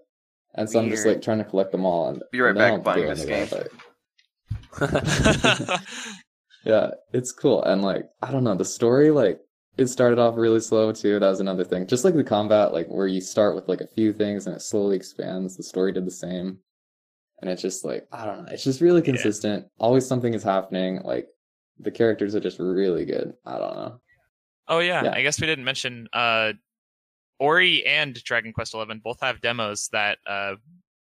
Speaker 2: and so I'm just
Speaker 1: Weird.
Speaker 2: like trying to collect them all. And
Speaker 1: Be right
Speaker 2: and
Speaker 1: back
Speaker 2: now I'm
Speaker 1: buying
Speaker 2: doing
Speaker 1: this
Speaker 2: it,
Speaker 1: game.
Speaker 2: but- yeah, it's cool, and like I don't know, the story like it started off really slow too. That was another thing. Just like the combat, like where you start with like a few things and it slowly expands. The story did the same, and it's just like I don't know, it's just really
Speaker 4: Yeah.
Speaker 2: consistent. Always something is happening. Like the characters are just really good. I don't know.
Speaker 4: oh yeah,
Speaker 2: Yeah.
Speaker 4: I guess we didn't mention uh, Ori and Dragon Quest Eleven both have demos that uh,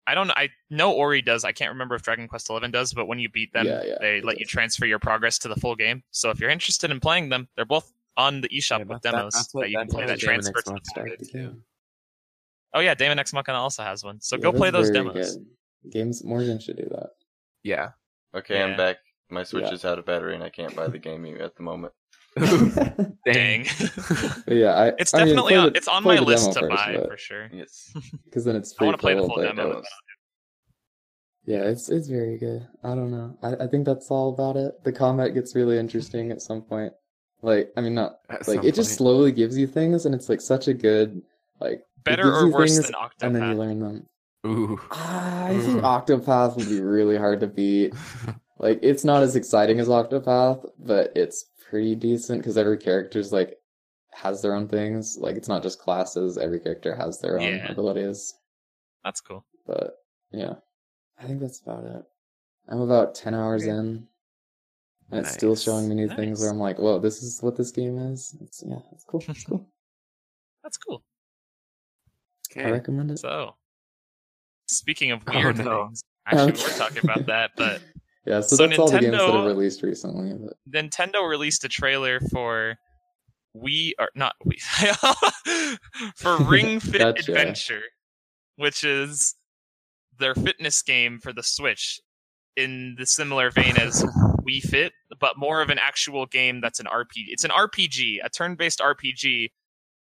Speaker 4: I don't know. I know Ori does. I can't remember if Dragon Quest Eleven does, but when you beat them,
Speaker 2: Yeah, yeah,
Speaker 4: they
Speaker 2: it
Speaker 4: let
Speaker 2: does.
Speaker 4: you transfer your progress to the full game. So if you're interested in playing them, they're both on the eShop
Speaker 3: Yeah,
Speaker 4: with
Speaker 3: that-
Speaker 4: demos
Speaker 3: that's
Speaker 4: that,
Speaker 3: what-
Speaker 4: you can
Speaker 3: that's
Speaker 4: play
Speaker 3: what
Speaker 4: that
Speaker 3: Damon X
Speaker 4: transfer to the
Speaker 3: Mark's
Speaker 4: full
Speaker 3: Dark
Speaker 4: game.
Speaker 3: did too.
Speaker 4: Oh yeah, Damon X Machina also has one. So
Speaker 2: Yeah,
Speaker 4: go
Speaker 2: that's
Speaker 4: play those
Speaker 2: very
Speaker 4: demos.
Speaker 2: good. Games Morgan should do that.
Speaker 3: Yeah.
Speaker 1: Okay, I'm
Speaker 4: Yeah.
Speaker 1: back. My Switch
Speaker 2: Yeah.
Speaker 1: is out of battery and I can't buy the game at the moment.
Speaker 4: Dang.
Speaker 2: But yeah, I,
Speaker 4: it's
Speaker 2: I mean,
Speaker 4: definitely
Speaker 2: play
Speaker 4: on,
Speaker 2: the-
Speaker 4: it's on
Speaker 2: play
Speaker 4: my
Speaker 2: the demo
Speaker 4: list to
Speaker 2: first,
Speaker 4: buy
Speaker 2: but-
Speaker 4: for sure.
Speaker 1: Yes.
Speaker 2: because then it's
Speaker 4: I
Speaker 2: free
Speaker 4: wanna play
Speaker 2: for a
Speaker 4: the
Speaker 2: little
Speaker 4: full
Speaker 2: bit,
Speaker 4: demo,
Speaker 2: but- Yeah, it's it's very good. I don't know. I, I think that's all about it. The combat gets really interesting at some point. Like I mean, not
Speaker 3: At
Speaker 2: like
Speaker 3: some
Speaker 2: it just
Speaker 3: point.
Speaker 2: slowly gives you things, and it's like such a good like.
Speaker 4: Better
Speaker 2: gives
Speaker 4: or
Speaker 2: you
Speaker 4: worse
Speaker 2: things,
Speaker 4: than Octopath?
Speaker 2: And then you learn them.
Speaker 3: Ooh.
Speaker 2: I think
Speaker 3: Ooh.
Speaker 2: Octopath would be really hard to beat. Like it's not as exciting as Octopath, but it's pretty decent because every character's like has their own things. Like it's not just classes; every character has their own
Speaker 4: Yeah.
Speaker 2: abilities.
Speaker 4: That's cool.
Speaker 2: But yeah, I think that's about it. I'm about ten hours
Speaker 4: Okay.
Speaker 2: in, and it's still
Speaker 3: Nice.
Speaker 2: showing me new things where I'm like, "Whoa, this is what this game is." It's, yeah, it's cool. It's cool.
Speaker 4: That's cool.
Speaker 2: I
Speaker 3: Okay.
Speaker 2: recommend it.
Speaker 4: So, Speaking of
Speaker 3: Oh,
Speaker 4: weird
Speaker 3: no.
Speaker 4: things, actually,
Speaker 2: Okay.
Speaker 4: we're talking about that, but
Speaker 2: Yeah, so,
Speaker 4: So
Speaker 2: that's all the games that
Speaker 4: Nintendo-
Speaker 2: have released recently. But
Speaker 4: Nintendo released a trailer for we are not we for Ring Fit
Speaker 2: Gotcha.
Speaker 4: Adventure, which is their fitness game for the Switch in the similar vein as We Fit, but more of an actual game that's an RPG. It's an RPG, a turn-based RPG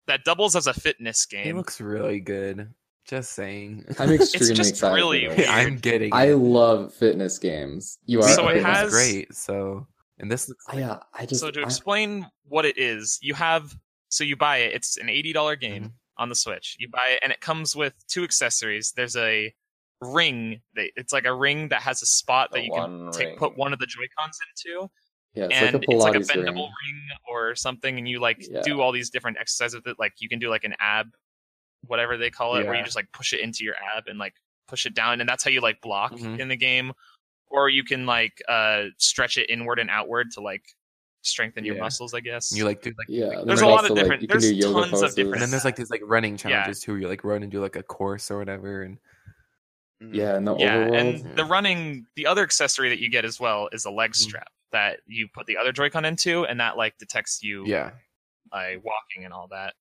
Speaker 4: that doubles as a fitness
Speaker 3: It
Speaker 4: game.
Speaker 3: looks really good. Just saying.
Speaker 2: I'm extremely
Speaker 4: just
Speaker 2: excited.
Speaker 4: really
Speaker 2: for this.
Speaker 4: weird.
Speaker 3: I'm getting.
Speaker 2: I
Speaker 3: it.
Speaker 2: love fitness games. You are.
Speaker 4: So
Speaker 2: a
Speaker 4: it
Speaker 3: It
Speaker 2: fitness-
Speaker 4: has-
Speaker 3: was great. So and this looks like,
Speaker 2: Oh, Yeah, I just.
Speaker 4: so to
Speaker 2: I-
Speaker 4: explain what it is, you have so you buy it. It's an eighty dollar game
Speaker 1: Mm-hmm.
Speaker 4: on the Switch. You buy it, and it comes with two accessories. There's a ring. That, it's like a ring that has a spot
Speaker 1: The
Speaker 4: that you can
Speaker 1: one
Speaker 4: take,
Speaker 1: ring.
Speaker 4: put one of the Joy Cons into,
Speaker 2: yeah, it's
Speaker 4: and
Speaker 2: like a
Speaker 4: it's like a
Speaker 2: Pilates
Speaker 4: bendable ring.
Speaker 2: ring.
Speaker 4: or something. And you like
Speaker 2: Yeah.
Speaker 4: do all these different exercises with it. Like you can do like an ab, whatever they call it, where you
Speaker 3: Yeah.
Speaker 4: just like push it into your ab and like push it down, and that's how you like block
Speaker 2: Mm-hmm.
Speaker 3: Mhm.
Speaker 4: in the game. Or you can like uh stretch it inward and outward to like strengthen your
Speaker 3: Yeah.
Speaker 4: muscles, I guess.
Speaker 3: You like do like
Speaker 2: Yeah, then
Speaker 4: There's
Speaker 2: it
Speaker 4: a lot of
Speaker 2: also, like,
Speaker 4: different-
Speaker 2: you can do
Speaker 4: there's
Speaker 2: yoga
Speaker 4: tons of
Speaker 2: poses.
Speaker 4: different-
Speaker 3: And then there's like these like running
Speaker 4: Yeah.
Speaker 3: challenges too. Where you like run and do like a course or whatever. And
Speaker 2: yeah, in the
Speaker 4: yeah,
Speaker 2: overworld. Mm-hmm.
Speaker 4: and the running, the other accessory that you get as well is a leg strap that you put the other Joy-Con into, and that like detects you
Speaker 3: yeah,
Speaker 4: by walking and all that.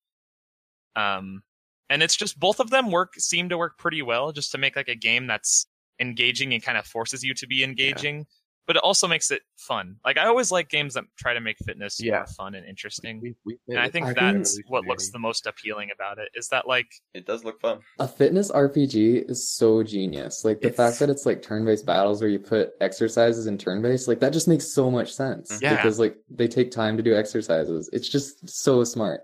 Speaker 4: Um, and it's just both of them work seem to work pretty well, just to make like a game that's engaging and kind of forces you to be engaging, but it also makes it fun. Like I always like games that try to make fitness
Speaker 3: Yeah.
Speaker 4: more fun and interesting.
Speaker 3: We- we-
Speaker 4: And I think
Speaker 2: I think-
Speaker 4: that's what looks the most appealing about it is that like
Speaker 1: It does look fun.
Speaker 2: A fitness RPG is so genius. Like the
Speaker 3: It's-
Speaker 2: fact that it's like turn-based battles where you put exercises in turn-based, like that just makes so much sense.
Speaker 4: Mm-hmm. Yeah.
Speaker 2: Because like they take time to do exercises. It's just so smart.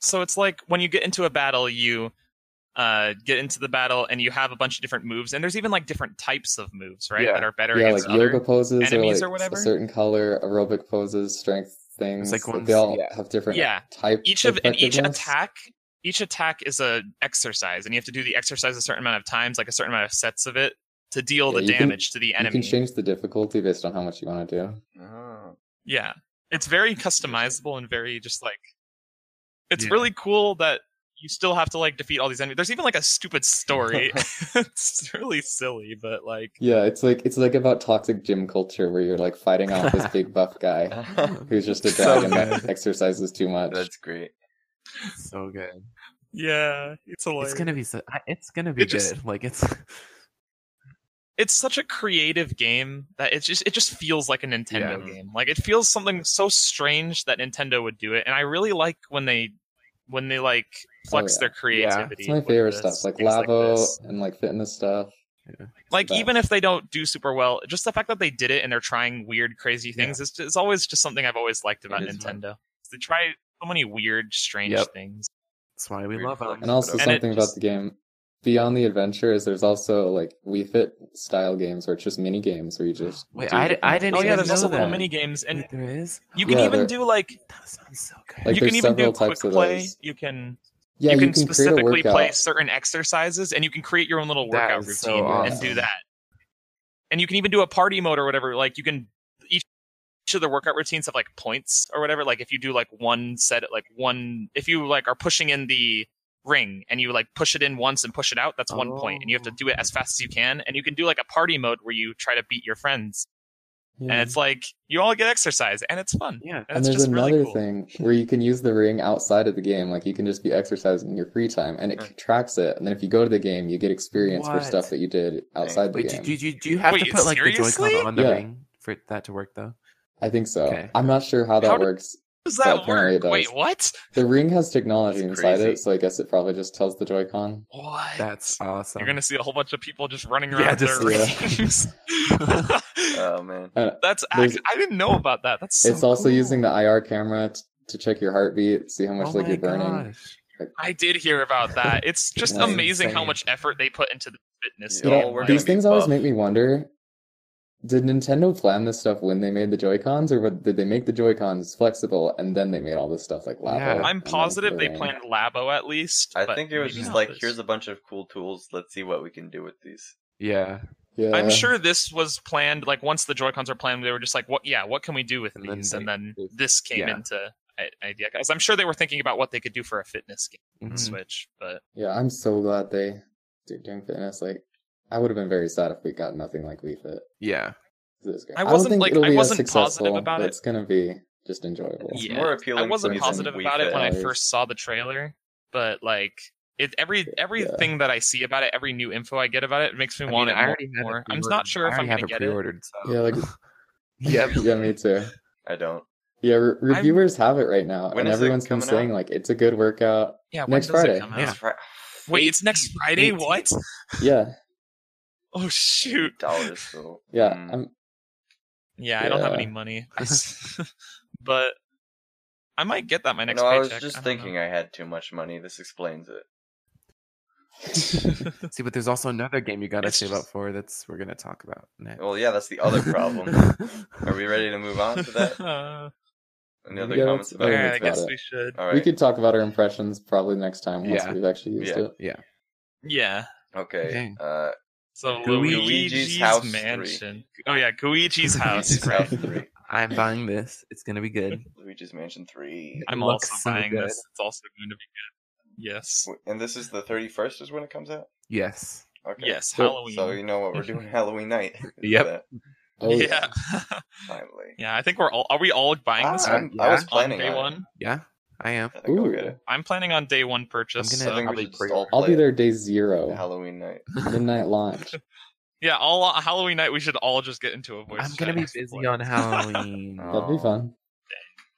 Speaker 4: so it's like when you get into a battle you uh get into the battle and you have a bunch of different moves and there's even like different types of moves right
Speaker 3: Yeah.
Speaker 4: that are better
Speaker 2: yeah, like
Speaker 4: against other
Speaker 2: yoga poses or
Speaker 4: enemies
Speaker 2: like
Speaker 4: or whatever.
Speaker 2: a certain color, aerobic poses, strength things.
Speaker 3: like
Speaker 2: like,
Speaker 3: ones-
Speaker 2: they all
Speaker 3: yeah.
Speaker 2: have different
Speaker 4: Yeah.
Speaker 2: type.
Speaker 4: each of and each
Speaker 2: effectiveness.
Speaker 4: attack each attack is a exercise and you have to do the exercise a certain amount of times like a certain amount of sets of it to deal
Speaker 2: Yeah,
Speaker 4: the
Speaker 2: you can-
Speaker 4: damage to the
Speaker 2: You
Speaker 4: enemy
Speaker 2: can change the difficulty based on how much you want to do.
Speaker 1: Oh.
Speaker 4: yeah it's very customizable and very just like it's
Speaker 3: Yeah.
Speaker 4: really cool that you still have to like defeat all these enemies there's even like a stupid story it's really silly but like
Speaker 2: Yeah, it's like it's like about toxic gym culture where you're like fighting off this big buff guy who's just a
Speaker 3: So
Speaker 2: dragon that
Speaker 3: good.
Speaker 2: exercises too much.
Speaker 1: That's great.
Speaker 3: so good.
Speaker 4: yeah it's hilarious.
Speaker 3: It's gonna be so. I- It's gonna be
Speaker 4: It just-
Speaker 3: good. Like it's
Speaker 4: it's such a creative game that it just it just feels like a Nintendo
Speaker 1: Yeah.
Speaker 4: game. Like it feels something so strange that Nintendo would do it, and I really like when they when they like flex
Speaker 2: yeah.
Speaker 4: their creativity.
Speaker 2: it's my
Speaker 4: with
Speaker 2: favorite
Speaker 4: this,
Speaker 2: stuff, like
Speaker 4: things
Speaker 2: Lavo
Speaker 4: this.
Speaker 2: and like fitness stuff.
Speaker 4: Like
Speaker 2: that.
Speaker 4: even if they don't do super well, just the fact that they did it and they're trying weird, crazy things is is always just something I've always liked about
Speaker 1: It is fun.
Speaker 4: Nintendo. They try so many weird, strange
Speaker 3: Yep.
Speaker 4: things.
Speaker 3: that's why we
Speaker 1: Weird
Speaker 3: love
Speaker 1: flex.
Speaker 3: them.
Speaker 2: And also
Speaker 4: And it
Speaker 2: something
Speaker 4: just-
Speaker 2: about the game beyond the adventure is there's also like Wii Fit style games where it's just mini games where you just
Speaker 3: Wait,
Speaker 2: do
Speaker 3: I-
Speaker 2: different
Speaker 3: I didn't
Speaker 4: Oh
Speaker 3: didn't
Speaker 4: yeah,
Speaker 3: even
Speaker 4: there's
Speaker 3: know
Speaker 4: also
Speaker 3: that.
Speaker 4: little mini games, and
Speaker 3: Wait, there is.
Speaker 4: you can
Speaker 2: Yeah,
Speaker 4: even
Speaker 2: there-
Speaker 4: do like
Speaker 3: That sounds so good.
Speaker 2: Like,
Speaker 4: you can
Speaker 2: there's
Speaker 4: even do
Speaker 2: several
Speaker 4: quick
Speaker 2: types of
Speaker 4: play.
Speaker 2: those.
Speaker 4: You can
Speaker 2: Yeah,
Speaker 4: you can,
Speaker 2: create a
Speaker 4: specifically play
Speaker 2: workout.
Speaker 4: certain exercises and you can create your own little
Speaker 3: That
Speaker 4: workout routine
Speaker 3: is so
Speaker 4: and do
Speaker 2: awesome.
Speaker 4: that. And you can even do a party mode or whatever. Like you can each, each of the workout routines have like points or whatever. Like if you do like one set like one if you like are pushing in the ring and you like push it in once and push it out, that's one point. And you have to
Speaker 3: Oh.
Speaker 4: do it as fast as you can. And you can do like a party mode where you try to beat your friends.
Speaker 2: Yeah.
Speaker 4: And it's like you all get exercise and it's fun.
Speaker 3: Yeah.
Speaker 4: And,
Speaker 2: Mm-hmm. And
Speaker 4: it's
Speaker 2: there's
Speaker 4: just
Speaker 2: another
Speaker 4: really cool.
Speaker 2: thing where you can use the ring outside of the game, like you can just be exercising in your free time, and it
Speaker 1: Mm.
Speaker 2: tracks it. And then if you go to the game, you get experience for
Speaker 3: What?
Speaker 2: stuff that you did outside the
Speaker 3: Wait, do,
Speaker 2: game.
Speaker 3: do, do, do you have
Speaker 4: Wait,
Speaker 3: to put like the
Speaker 4: seriously?
Speaker 3: Joy-Con on the
Speaker 2: Yeah.
Speaker 3: ring for that to work though?
Speaker 2: I think so.
Speaker 3: Okay.
Speaker 2: I'm not sure how that
Speaker 4: How did-
Speaker 2: works.
Speaker 4: Does
Speaker 2: that
Speaker 4: that
Speaker 2: apparently
Speaker 4: work?
Speaker 2: does.
Speaker 4: Wait, what?
Speaker 2: The ring has technology
Speaker 1: That's
Speaker 2: inside
Speaker 1: crazy.
Speaker 2: it, so I guess it probably just tells the Joy-Con.
Speaker 4: What?
Speaker 3: That's awesome.
Speaker 4: You're gonna see a whole bunch of people just running
Speaker 3: Yeah,
Speaker 4: around with
Speaker 3: just-
Speaker 4: their
Speaker 2: yeah.
Speaker 4: rings.
Speaker 1: Oh man.
Speaker 4: That's
Speaker 2: There's-
Speaker 4: act- I didn't know about that. That's so
Speaker 2: it's also
Speaker 4: cool.
Speaker 2: using the IR camera t- to check your heartbeat, see how much
Speaker 3: oh
Speaker 2: like
Speaker 3: my
Speaker 2: you're burning.
Speaker 3: gosh.
Speaker 4: I did hear about that. It's just
Speaker 2: That's
Speaker 4: amazing how
Speaker 3: insane.
Speaker 4: much effort they put into the fitness.
Speaker 1: Yeah,
Speaker 2: You
Speaker 4: game.
Speaker 1: all
Speaker 2: know,
Speaker 1: we're
Speaker 4: Like,
Speaker 1: gonna
Speaker 2: these
Speaker 1: be
Speaker 2: things always
Speaker 1: buff.
Speaker 2: make me wonder: Did Nintendo plan this stuff when they made the Joy Cons, or what- did they make the Joy Cons flexible and then they made all this stuff like Lava?
Speaker 3: Yeah.
Speaker 2: and
Speaker 4: I'm
Speaker 2: then
Speaker 4: positive
Speaker 2: the
Speaker 4: they
Speaker 2: ring?
Speaker 4: planned Labo at least.
Speaker 1: I
Speaker 4: but
Speaker 1: think it was
Speaker 4: maybe
Speaker 1: just
Speaker 4: not
Speaker 1: like
Speaker 4: this.
Speaker 1: here's a bunch of cool tools. Let's see what we can do with these.
Speaker 3: Yeah.
Speaker 2: Yeah.
Speaker 4: I'm sure this was planned. Like once the Joy Cons were planned, they were just like, "What? Yeah, what can we do with
Speaker 3: And then
Speaker 4: these?"
Speaker 3: they-
Speaker 4: and then
Speaker 3: they-
Speaker 4: this came
Speaker 3: yeah.
Speaker 4: into i- idea, guys.
Speaker 3: Mm-hmm.
Speaker 4: I'm sure they were thinking about what they could do for a fitness game on
Speaker 3: Mhm.
Speaker 4: Switch, but
Speaker 2: Yeah, I'm so glad they dude, during fitness, like I would have been very sad if we got nothing like we fit.
Speaker 3: Yeah.
Speaker 2: This great.
Speaker 4: I
Speaker 2: don't
Speaker 4: wasn't,
Speaker 2: think
Speaker 4: like-
Speaker 2: it'll
Speaker 4: I
Speaker 2: be as
Speaker 4: wasn't positive
Speaker 2: successful,
Speaker 4: about
Speaker 2: but
Speaker 4: it.
Speaker 2: It's gonna be just enjoyable.
Speaker 1: It's
Speaker 4: Yeah.
Speaker 1: more appealing.
Speaker 4: I wasn't
Speaker 1: than
Speaker 4: positive
Speaker 1: Wii
Speaker 4: about it
Speaker 1: Fit.
Speaker 4: when I
Speaker 2: Fit.
Speaker 4: first saw the trailer, but like it, every everything that I see about it, every new info I get about it, it makes me
Speaker 3: I
Speaker 4: want
Speaker 3: mean,
Speaker 4: it
Speaker 3: I
Speaker 4: more.
Speaker 3: already had it
Speaker 4: more. I'm
Speaker 3: pre-ordered.
Speaker 4: not sure
Speaker 3: I
Speaker 4: if I'm
Speaker 3: already
Speaker 4: gonna
Speaker 3: have it
Speaker 4: get it.
Speaker 3: pre-ordered. So.
Speaker 2: Yeah, like
Speaker 3: yep.
Speaker 2: yeah, me too.
Speaker 1: I don't.
Speaker 2: Yeah, re- reviewers have it right now,
Speaker 1: When
Speaker 2: and
Speaker 1: is it
Speaker 2: everyone's been
Speaker 1: coming out?
Speaker 2: saying like it's a good workout.
Speaker 4: Yeah, when
Speaker 2: Next
Speaker 4: does it
Speaker 2: Friday.
Speaker 4: come out?
Speaker 3: Yeah.
Speaker 1: It's fri-
Speaker 4: Wait, it's next Friday.
Speaker 3: 18.
Speaker 4: What?
Speaker 2: Yeah,
Speaker 4: Oh shoot.
Speaker 1: dollars though.
Speaker 2: yeah.
Speaker 4: Hmm.
Speaker 1: Mm.
Speaker 2: I'm-
Speaker 4: Yeah, I don't have
Speaker 2: Yeah.
Speaker 4: any money, I s- but I might get that my next
Speaker 1: no, I was
Speaker 4: paycheck.
Speaker 1: just
Speaker 4: don't
Speaker 1: thinking
Speaker 4: know.
Speaker 1: I had too much money. This explains it.
Speaker 3: See, but there's also another game you gotta
Speaker 4: It's
Speaker 3: save
Speaker 4: just-
Speaker 3: up for. That's we're gonna talk about next.
Speaker 1: Well, yeah, that's the Oh, other problem. Are we ready to move on to that?
Speaker 4: Uh,
Speaker 1: Any other
Speaker 2: Yeah,
Speaker 1: comments
Speaker 2: that's-
Speaker 1: about
Speaker 2: yeah,
Speaker 1: it?
Speaker 4: I
Speaker 2: about
Speaker 4: guess
Speaker 2: it.
Speaker 4: we should.
Speaker 1: All
Speaker 2: We
Speaker 1: right.
Speaker 2: could talk about our impressions probably next time once
Speaker 3: Yeah.
Speaker 2: we've actually used
Speaker 1: Yeah.
Speaker 2: it.
Speaker 3: Yeah.
Speaker 4: Yeah.
Speaker 1: Okay.
Speaker 3: Okay.
Speaker 1: Uh,
Speaker 4: So
Speaker 1: Luigi's
Speaker 4: Luigi's
Speaker 1: House three.
Speaker 4: Mansion. Oh yeah, Luigi's house.
Speaker 3: Luigi's
Speaker 4: right.
Speaker 1: House three.
Speaker 3: I'm buying this. It's gonna be good.
Speaker 1: Luigi's Mansion three.
Speaker 4: I'm
Speaker 3: looks
Speaker 4: also
Speaker 3: so
Speaker 4: buying
Speaker 3: good.
Speaker 4: this. It's also going to be good. Yes.
Speaker 1: And this is the thirty first is when it comes out.
Speaker 3: Yes.
Speaker 1: Okay.
Speaker 4: Yes.
Speaker 2: So-
Speaker 4: Halloween.
Speaker 1: So you know what we're doing Halloween night. is
Speaker 3: Yep.
Speaker 1: that
Speaker 2: Oh,
Speaker 4: yeah.
Speaker 1: Finally.
Speaker 4: yeah. I think we're all. Are we all buying this
Speaker 1: Ah,
Speaker 4: on
Speaker 1: I'm- I was
Speaker 3: Yeah.
Speaker 1: planning
Speaker 4: day
Speaker 1: on it.
Speaker 4: one?
Speaker 3: Yeah. I am.
Speaker 1: I think I'll
Speaker 2: Ooh.
Speaker 1: get it.
Speaker 4: I'm planning on day one purchase.
Speaker 3: I'm
Speaker 1: I
Speaker 3: gonna-
Speaker 4: so-
Speaker 1: think we
Speaker 3: Probably
Speaker 1: should just all
Speaker 3: pre-order.
Speaker 2: I'll
Speaker 1: play
Speaker 2: be
Speaker 1: it
Speaker 2: there day zero,
Speaker 1: Halloween night.
Speaker 2: midnight launch.
Speaker 4: yeah. All uh, Halloween night, we should all just get into a voice.
Speaker 3: I'm gonna
Speaker 4: chat
Speaker 3: be
Speaker 4: at some
Speaker 3: busy
Speaker 4: point.
Speaker 3: on Halloween.
Speaker 1: Oh.
Speaker 2: That'd be fun.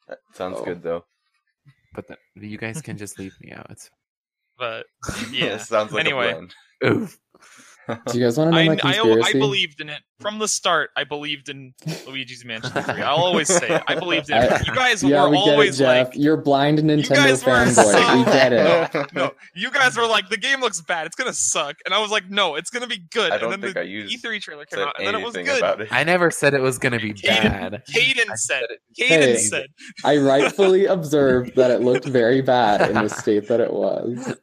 Speaker 1: That sounds
Speaker 2: Oh.
Speaker 1: good though.
Speaker 3: but the, you guys can just leave me out. It's
Speaker 4: But
Speaker 1: Yeah,
Speaker 4: yeah.
Speaker 1: sounds like
Speaker 4: Anyway.
Speaker 1: a
Speaker 3: oof.
Speaker 1: plan.
Speaker 2: Do you guys want to know
Speaker 4: I,
Speaker 2: my
Speaker 4: I, al-
Speaker 2: conspiracy?
Speaker 4: I believed in it from the start. I believed in Luigi's Mansion 3. I'll always say it. I believed in it. You guys
Speaker 2: yeah,
Speaker 4: were
Speaker 2: we get it,
Speaker 4: always
Speaker 2: Jeff.
Speaker 4: like,
Speaker 2: You're blind Nintendo
Speaker 4: guys were
Speaker 2: fanboy. We
Speaker 4: so-
Speaker 2: get it.
Speaker 4: no, you guys were like, the game looks bad. It's gonna suck. And I was like, no, it's gonna be good.
Speaker 1: I don't
Speaker 4: and
Speaker 1: think
Speaker 4: then the
Speaker 1: I used
Speaker 4: E3 trailer came
Speaker 1: said
Speaker 4: out, and then it was
Speaker 1: anything
Speaker 4: good.
Speaker 1: about it.
Speaker 3: I never said it was gonna be
Speaker 4: Kaden-
Speaker 3: bad.
Speaker 4: Caden said it. Caden
Speaker 2: Hey.
Speaker 4: said.
Speaker 2: I rightfully observed that it looked very bad in the state that it was.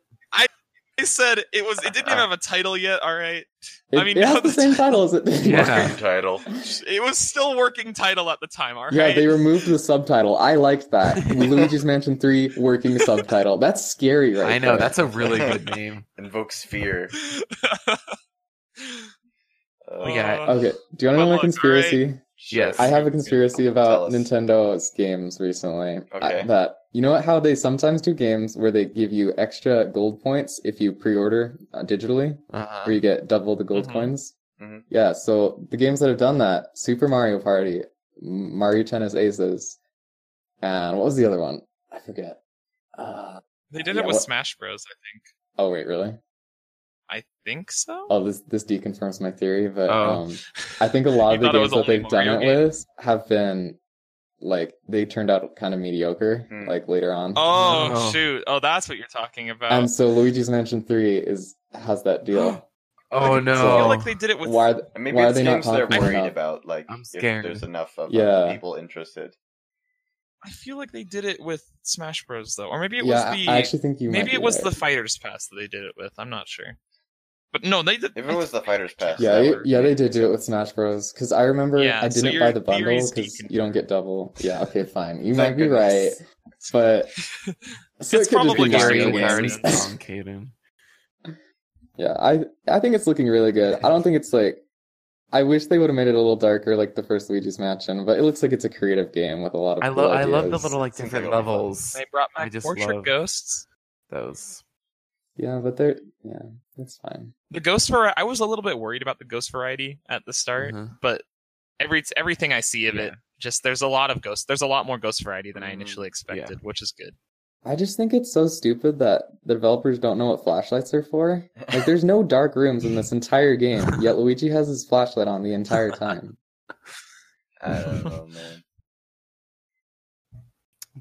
Speaker 4: He said it was. It didn't even have a title yet. All right.
Speaker 2: It,
Speaker 4: I mean,
Speaker 2: it
Speaker 4: now
Speaker 2: has the
Speaker 4: that-
Speaker 2: same title as it did.
Speaker 3: Yeah.
Speaker 1: Working title.
Speaker 4: It was still working title at the time. All right.
Speaker 2: Yeah, they removed the subtitle. I liked that. Luigi's Mansion 3 working subtitle. That's scary right
Speaker 3: I know
Speaker 2: there.
Speaker 3: that's a really good name.
Speaker 1: Invokes fear. Uh,
Speaker 4: We
Speaker 3: got-
Speaker 2: Okay, do you want to
Speaker 4: But
Speaker 2: know my
Speaker 4: look,
Speaker 2: conspiracy?
Speaker 1: shit.
Speaker 2: I have a conspiracy about
Speaker 1: Tell us.
Speaker 2: Nintendo's games recently.
Speaker 1: Okay.
Speaker 2: I- that you know what? How they sometimes do games where they give you extra gold points if you pre-order uh, digitally, where
Speaker 3: Uh-huh.
Speaker 2: you get double the gold
Speaker 4: Mhm.
Speaker 2: coins.
Speaker 1: Mhm.
Speaker 2: Yeah. So the games that have done that: Super Mario Party, M- Mario Tennis Aces, and what was the other one? I forget. Uh,
Speaker 4: They did
Speaker 2: Yeah,
Speaker 4: it with
Speaker 2: what-
Speaker 4: Smash Bros. I
Speaker 2: oh wait, really?
Speaker 4: think. I think so.
Speaker 2: Oh, this this deconfirms my theory, but
Speaker 3: Oh.
Speaker 2: um, I think a lot
Speaker 4: You
Speaker 2: of the
Speaker 4: thought it
Speaker 2: games
Speaker 4: was
Speaker 2: that
Speaker 4: only
Speaker 2: they've done
Speaker 4: Mario
Speaker 2: it with have been like they turned out kind of mediocre,
Speaker 1: Hmm.
Speaker 2: like later on.
Speaker 4: Oh,
Speaker 3: Oh.
Speaker 4: shoot! Oh, that's what you're talking about.
Speaker 2: and so Luigi's Mansion Three is has that deal.
Speaker 3: Oh
Speaker 4: I feel
Speaker 3: no!
Speaker 4: like they did it with.
Speaker 2: Why? th-
Speaker 1: And maybe
Speaker 2: Why are
Speaker 1: it's
Speaker 2: they not
Speaker 1: games they're
Speaker 2: talking
Speaker 1: worried
Speaker 2: enough?
Speaker 1: about, like
Speaker 3: I'm
Speaker 1: if
Speaker 3: scared.
Speaker 1: there's enough of uh,
Speaker 2: Yeah.
Speaker 1: people interested.
Speaker 4: I feel like they did it with Smash Bros. Though, or maybe it
Speaker 2: yeah,
Speaker 4: was the.
Speaker 2: I actually think you. might
Speaker 4: maybe
Speaker 2: be
Speaker 4: it was the
Speaker 2: right.
Speaker 4: Fighters Pass that they did it with. I'm not sure. But no, they did.
Speaker 1: If it was the Fighters Pass,
Speaker 2: yeah,
Speaker 1: that
Speaker 2: they-
Speaker 1: would-
Speaker 2: yeah, they did do it with Smash Bros. Because I remember
Speaker 4: Yeah,
Speaker 2: I
Speaker 4: so
Speaker 2: didn't
Speaker 4: your
Speaker 2: buy the bundle
Speaker 4: theory's
Speaker 2: because
Speaker 4: deconfirmed.
Speaker 2: you don't get double. Yeah, okay, fine. You might
Speaker 1: Thank
Speaker 2: be right,
Speaker 1: goodness.
Speaker 2: but so
Speaker 4: It's
Speaker 2: it could just
Speaker 4: probably
Speaker 2: be
Speaker 4: just
Speaker 2: Mario
Speaker 4: a
Speaker 3: Gary
Speaker 4: Mario
Speaker 3: already
Speaker 2: games.
Speaker 4: coincidence.
Speaker 3: song, Caden.
Speaker 2: Yeah, I I think it's looking really good. I don't think it's like I wish they would have made it a little darker like the first Luigi's Mansion, but it looks like it's a creative game with a lot of
Speaker 3: I
Speaker 2: cool
Speaker 3: love I love the
Speaker 2: ideas.
Speaker 3: little like
Speaker 1: Seems
Speaker 3: different
Speaker 1: like a lot of fun.
Speaker 3: levels.
Speaker 4: They brought
Speaker 3: I
Speaker 4: back
Speaker 3: just
Speaker 4: portrait
Speaker 3: love-
Speaker 4: ghosts.
Speaker 3: Those.
Speaker 2: Yeah, but they're yeah, that's fine.
Speaker 4: The ghost variety. I was a little bit worried about the ghost variety at the start,
Speaker 3: Uh-huh.
Speaker 4: but every everything I see of it,
Speaker 3: Yeah.
Speaker 4: just there's a lot of ghosts. There's a lot more ghost variety than I
Speaker 2: Mm-hmm.
Speaker 1: Mhm.
Speaker 4: initially expected, which is good.
Speaker 2: I just think it's so stupid that the developers don't know what flashlights are for. Like there's no dark rooms in this entire game, yet Luigi has his flashlight on the entire time.
Speaker 1: I don't know, man.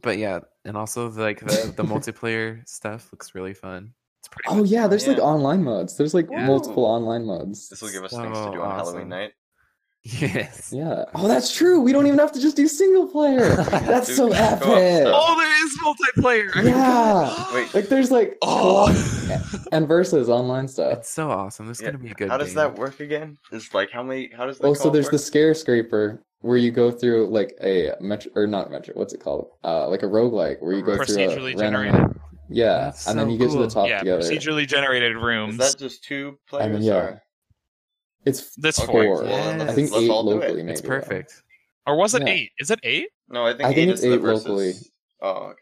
Speaker 3: But yeah, and also like the, the multiplayer stuff looks really fun. It's pretty.
Speaker 2: Oh yeah, there's like
Speaker 1: Yeah.
Speaker 2: online modes. There's like
Speaker 1: Yeah.
Speaker 2: multiple online modes.
Speaker 1: This will give us
Speaker 3: So
Speaker 1: things to do on Halloween
Speaker 3: awesome.
Speaker 1: night.
Speaker 3: Yes.
Speaker 2: Yeah. Oh, that's true. We don't even have to just do single player. That's
Speaker 1: Dude,
Speaker 2: so
Speaker 1: go
Speaker 2: epic.
Speaker 1: outside.
Speaker 4: Oh, there is multiplayer. I
Speaker 2: Yeah.
Speaker 1: Wait,
Speaker 2: Like there's like
Speaker 4: Oh.
Speaker 2: and versus online stuff.
Speaker 3: It's so awesome. This is
Speaker 1: Yeah,
Speaker 3: gonna be a good.
Speaker 1: how does
Speaker 3: game.
Speaker 1: that work again? It's like how many? How does that?
Speaker 2: Oh, so
Speaker 1: co-op
Speaker 2: there's
Speaker 1: work?
Speaker 2: the scare scraper where you go through like a metro or not metro. What's it called? Uh, like a roguelike where you go through a
Speaker 4: Procedurally
Speaker 2: random-
Speaker 4: generated.
Speaker 2: Yeah,
Speaker 3: That's
Speaker 2: and then
Speaker 3: so
Speaker 2: you get to
Speaker 3: cool.
Speaker 2: the top
Speaker 4: yeah,
Speaker 2: together,
Speaker 4: procedurally generated
Speaker 1: Is
Speaker 4: rooms.
Speaker 1: that just two players?
Speaker 2: and then yeah,
Speaker 1: or-
Speaker 2: it's
Speaker 4: This
Speaker 1: Okay,
Speaker 2: four.
Speaker 1: well, then
Speaker 3: Yes.
Speaker 1: let's,
Speaker 2: I think
Speaker 1: let's
Speaker 2: eight
Speaker 1: all do
Speaker 2: locally.
Speaker 1: it.
Speaker 2: Maybe
Speaker 3: It's
Speaker 2: though.
Speaker 3: perfect.
Speaker 4: or was it
Speaker 2: Yeah.
Speaker 4: eight? Is it eight?
Speaker 1: No, I think,
Speaker 2: I think
Speaker 1: eight
Speaker 2: it's
Speaker 1: is the
Speaker 2: eight
Speaker 1: versus.
Speaker 2: locally.
Speaker 1: Oh, okay.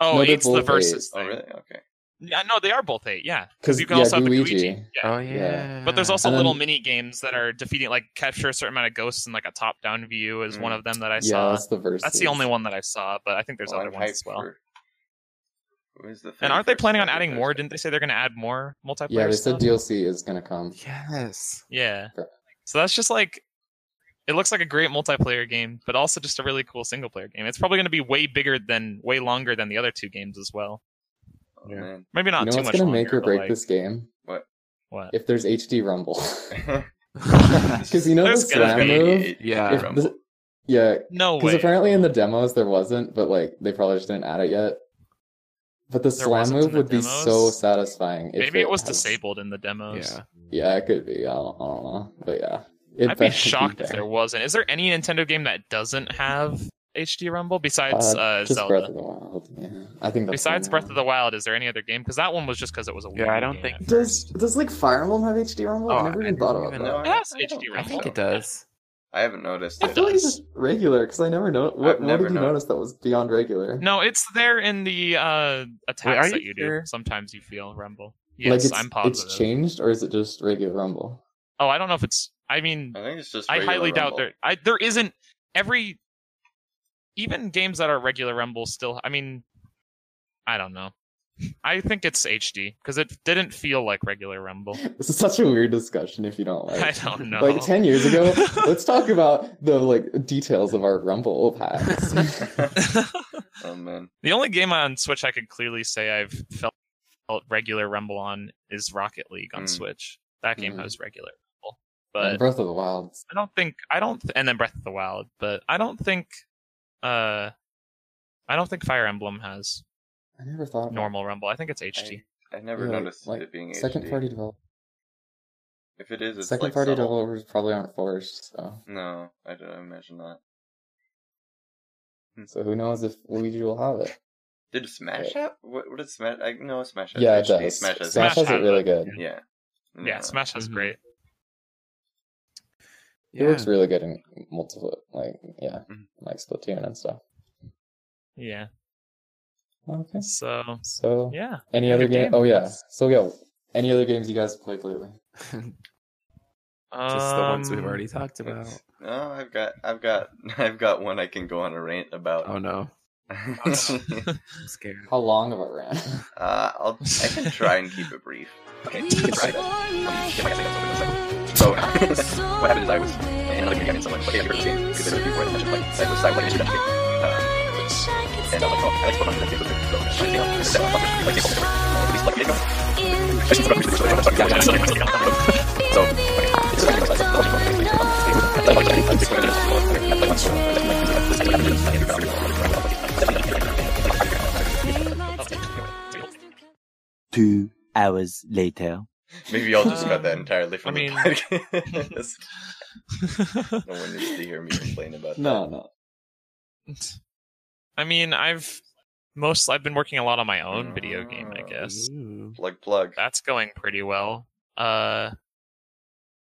Speaker 4: Oh,
Speaker 2: No, they're
Speaker 4: eight's the
Speaker 2: both
Speaker 4: versus
Speaker 1: Oh,
Speaker 4: thing.
Speaker 1: really? Okay.
Speaker 4: Yeah, no, they are both eight. Yeah, because
Speaker 2: Because
Speaker 4: you can
Speaker 2: yeah,
Speaker 4: also have the
Speaker 2: Luigi.
Speaker 4: Luigi. Yeah.
Speaker 3: Oh yeah.
Speaker 2: Yeah.
Speaker 4: But
Speaker 1: Mm.
Speaker 4: there's also
Speaker 2: And
Speaker 4: little
Speaker 2: then-
Speaker 4: mini games that are defeating, like capture a certain amount of ghosts in like a top-down view is one
Speaker 1: Mm.
Speaker 4: of them that I
Speaker 2: Yeah,
Speaker 4: saw.
Speaker 2: that's the versus.
Speaker 4: That's the only one that I saw, but I think there's
Speaker 1: Well,
Speaker 4: other
Speaker 1: I'm
Speaker 4: ones
Speaker 1: hyped
Speaker 4: as well.
Speaker 1: for- Who is the
Speaker 4: And aren't they
Speaker 1: 31st?
Speaker 4: planning on
Speaker 1: That'll be
Speaker 4: adding more?
Speaker 1: Thursday.
Speaker 4: Didn't they say they're going to add more multiplayer?
Speaker 2: Yeah, they said
Speaker 4: stuff?
Speaker 2: DLC is gonna come.
Speaker 3: Yes.
Speaker 4: Yeah.
Speaker 2: Correct.
Speaker 4: So that's just like it looks like a great multiplayer game, but also just a really cool single player game. It's probably going to be way bigger than way longer than the other two games as well.
Speaker 1: Oh, man.
Speaker 4: Maybe
Speaker 2: you
Speaker 4: not
Speaker 2: know
Speaker 4: too
Speaker 2: what's
Speaker 4: much
Speaker 2: gonna
Speaker 4: longer,
Speaker 2: make or
Speaker 4: but,
Speaker 2: break
Speaker 4: like,
Speaker 2: this game?
Speaker 4: What?
Speaker 2: If there's HD Rumble, because
Speaker 3: yeah.
Speaker 2: you know
Speaker 4: There's
Speaker 2: the
Speaker 4: gonna
Speaker 2: slam
Speaker 4: be-
Speaker 2: move.
Speaker 1: Yeah,
Speaker 2: If
Speaker 1: Rumble.
Speaker 2: the- yeah,
Speaker 4: No
Speaker 2: Because
Speaker 4: way.
Speaker 2: apparently in the demos there wasn't, but like they probably just didn't add it yet. But the
Speaker 4: There
Speaker 2: slam
Speaker 4: wasn't in
Speaker 2: move
Speaker 4: the
Speaker 2: would be
Speaker 4: demos?
Speaker 2: so satisfying. if
Speaker 4: Maybe it was
Speaker 2: had-
Speaker 4: disabled in the demos.
Speaker 2: Yeah, it could be. I don't, I don't know, but yeah, it
Speaker 4: I'd
Speaker 2: better
Speaker 4: be
Speaker 2: be
Speaker 4: shocked if
Speaker 2: there.
Speaker 4: there wasn't. Is there any Nintendo game that doesn't have HD Rumble besides uh,
Speaker 2: Uh, just
Speaker 4: Zelda?
Speaker 2: Breath of the Wild. Yeah, I think. That's
Speaker 4: besides
Speaker 2: the
Speaker 4: Breath
Speaker 2: only
Speaker 4: of the Wild, is there any other game? Because that one was just because it was a.
Speaker 3: Yeah,
Speaker 4: Wii
Speaker 3: I don't
Speaker 4: game
Speaker 3: think-
Speaker 4: at
Speaker 2: one. Does
Speaker 4: first.
Speaker 2: does like Fire Emblem have HD Rumble?
Speaker 3: Oh,
Speaker 2: I've never
Speaker 3: I
Speaker 2: even
Speaker 3: didn't
Speaker 2: thought about
Speaker 3: even
Speaker 2: that.
Speaker 1: No, I-
Speaker 4: It has
Speaker 1: I don't-
Speaker 4: HD
Speaker 3: I
Speaker 4: Rumble.
Speaker 3: think it does.
Speaker 1: I haven't noticed
Speaker 4: I
Speaker 2: I
Speaker 1: it.
Speaker 2: feel like it's
Speaker 4: does.
Speaker 2: just regular because I never know. What,
Speaker 1: never
Speaker 2: what did you
Speaker 1: known.
Speaker 2: notice that was beyond regular?
Speaker 4: No, it's there in the uh, attacks
Speaker 3: Wait, are
Speaker 4: that
Speaker 3: you
Speaker 4: you
Speaker 3: sure?
Speaker 4: do. Sometimes you feel Rumble.
Speaker 2: like
Speaker 4: Yes,
Speaker 2: it's,
Speaker 4: I'm positive.
Speaker 2: It's changed, or is it just regular Rumble?
Speaker 4: Oh, I don't know if it's. I mean,
Speaker 2: Uh,
Speaker 1: I think it's just.
Speaker 4: I
Speaker 1: regular
Speaker 4: highly doubt
Speaker 1: Rumble.
Speaker 4: there. I there isn't every. Even games that are regular Rumble still. I mean, I don't know. I think it's HD because it didn't feel like regular Rumble.
Speaker 2: This is such a weird discussion. If you don't like,
Speaker 4: I don't know.
Speaker 2: Like ten years ago, let's talk about the like details of our Rumble packs.
Speaker 1: oh man.
Speaker 4: the only game on Switch I could clearly say I've felt felt regular Rumble on is Rocket League on
Speaker 1: Mm.
Speaker 4: Switch. That game
Speaker 2: Mm.
Speaker 4: has regular Rumble, but
Speaker 2: And Breath of the Wild.
Speaker 4: I don't think I don't and then Breath of the Wild, but I don't think uh I don't think Fire Emblem has
Speaker 2: I never thought about
Speaker 4: normal rumble. I think it's HD.
Speaker 1: I never
Speaker 2: Yeah, like-
Speaker 1: noticed
Speaker 2: like
Speaker 1: it being
Speaker 2: Second
Speaker 1: HD.
Speaker 2: party develop.
Speaker 1: If it is, it's
Speaker 2: second
Speaker 1: like
Speaker 2: party
Speaker 1: subtle.
Speaker 2: developers probably aren't forced. So,
Speaker 1: No, I don't imagine that.
Speaker 2: so who knows if Luigi will have it?
Speaker 1: Did Smash
Speaker 2: Yeah.
Speaker 1: have? What, what did Smash? I, no, Smash has.
Speaker 2: yeah, it
Speaker 1: HD.
Speaker 2: does.
Speaker 1: Smash has.
Speaker 4: Smash
Speaker 2: has
Speaker 4: has
Speaker 2: it really
Speaker 4: it.
Speaker 2: good.
Speaker 1: Yeah. No.
Speaker 4: Yeah, Smash is
Speaker 3: Mhm.
Speaker 4: great.
Speaker 2: It works really good in multiple, like yeah,
Speaker 1: Mhm.
Speaker 2: like Splatoon and stuff.
Speaker 4: Yeah.
Speaker 2: Okay.
Speaker 4: So
Speaker 2: So
Speaker 4: yeah.
Speaker 2: any
Speaker 4: Yeah,
Speaker 2: other
Speaker 4: good
Speaker 2: game?
Speaker 4: game.
Speaker 2: Oh yeah. So yeah, any other games you guys played lately?
Speaker 3: Just the ones we've
Speaker 4: Um,
Speaker 3: already talked about.
Speaker 1: No, I've got, I've got, I've got one I can go on a rant about.
Speaker 3: Oh no,
Speaker 1: uh,
Speaker 3: I'm scared.
Speaker 2: How long of a rant?
Speaker 1: I'll, I can try and keep it brief.
Speaker 4: Okay.
Speaker 1: So, what happened is I was in another game someone played a game because they were before the mentioned like I was sideways to that game. Um, and I was like, oh, I like to put on the game. So, I think I'll just set my like game. At least like it. I should probably switch to the game. Sorry, yeah, yeah. So, okay, it's like it's like I'm like I'm like I'm just going to
Speaker 5: Two hours later.
Speaker 1: Maybe I'll just cut that entirely from
Speaker 4: Um, I mean-
Speaker 1: the podcast. no one needs to hear me complain about that.
Speaker 2: no, no.
Speaker 4: I mean, I've most I've been working a lot on my own video game, I
Speaker 1: Oh.
Speaker 4: guess.
Speaker 3: Ooh.
Speaker 1: Plug, plug.
Speaker 4: That's going pretty well. Uh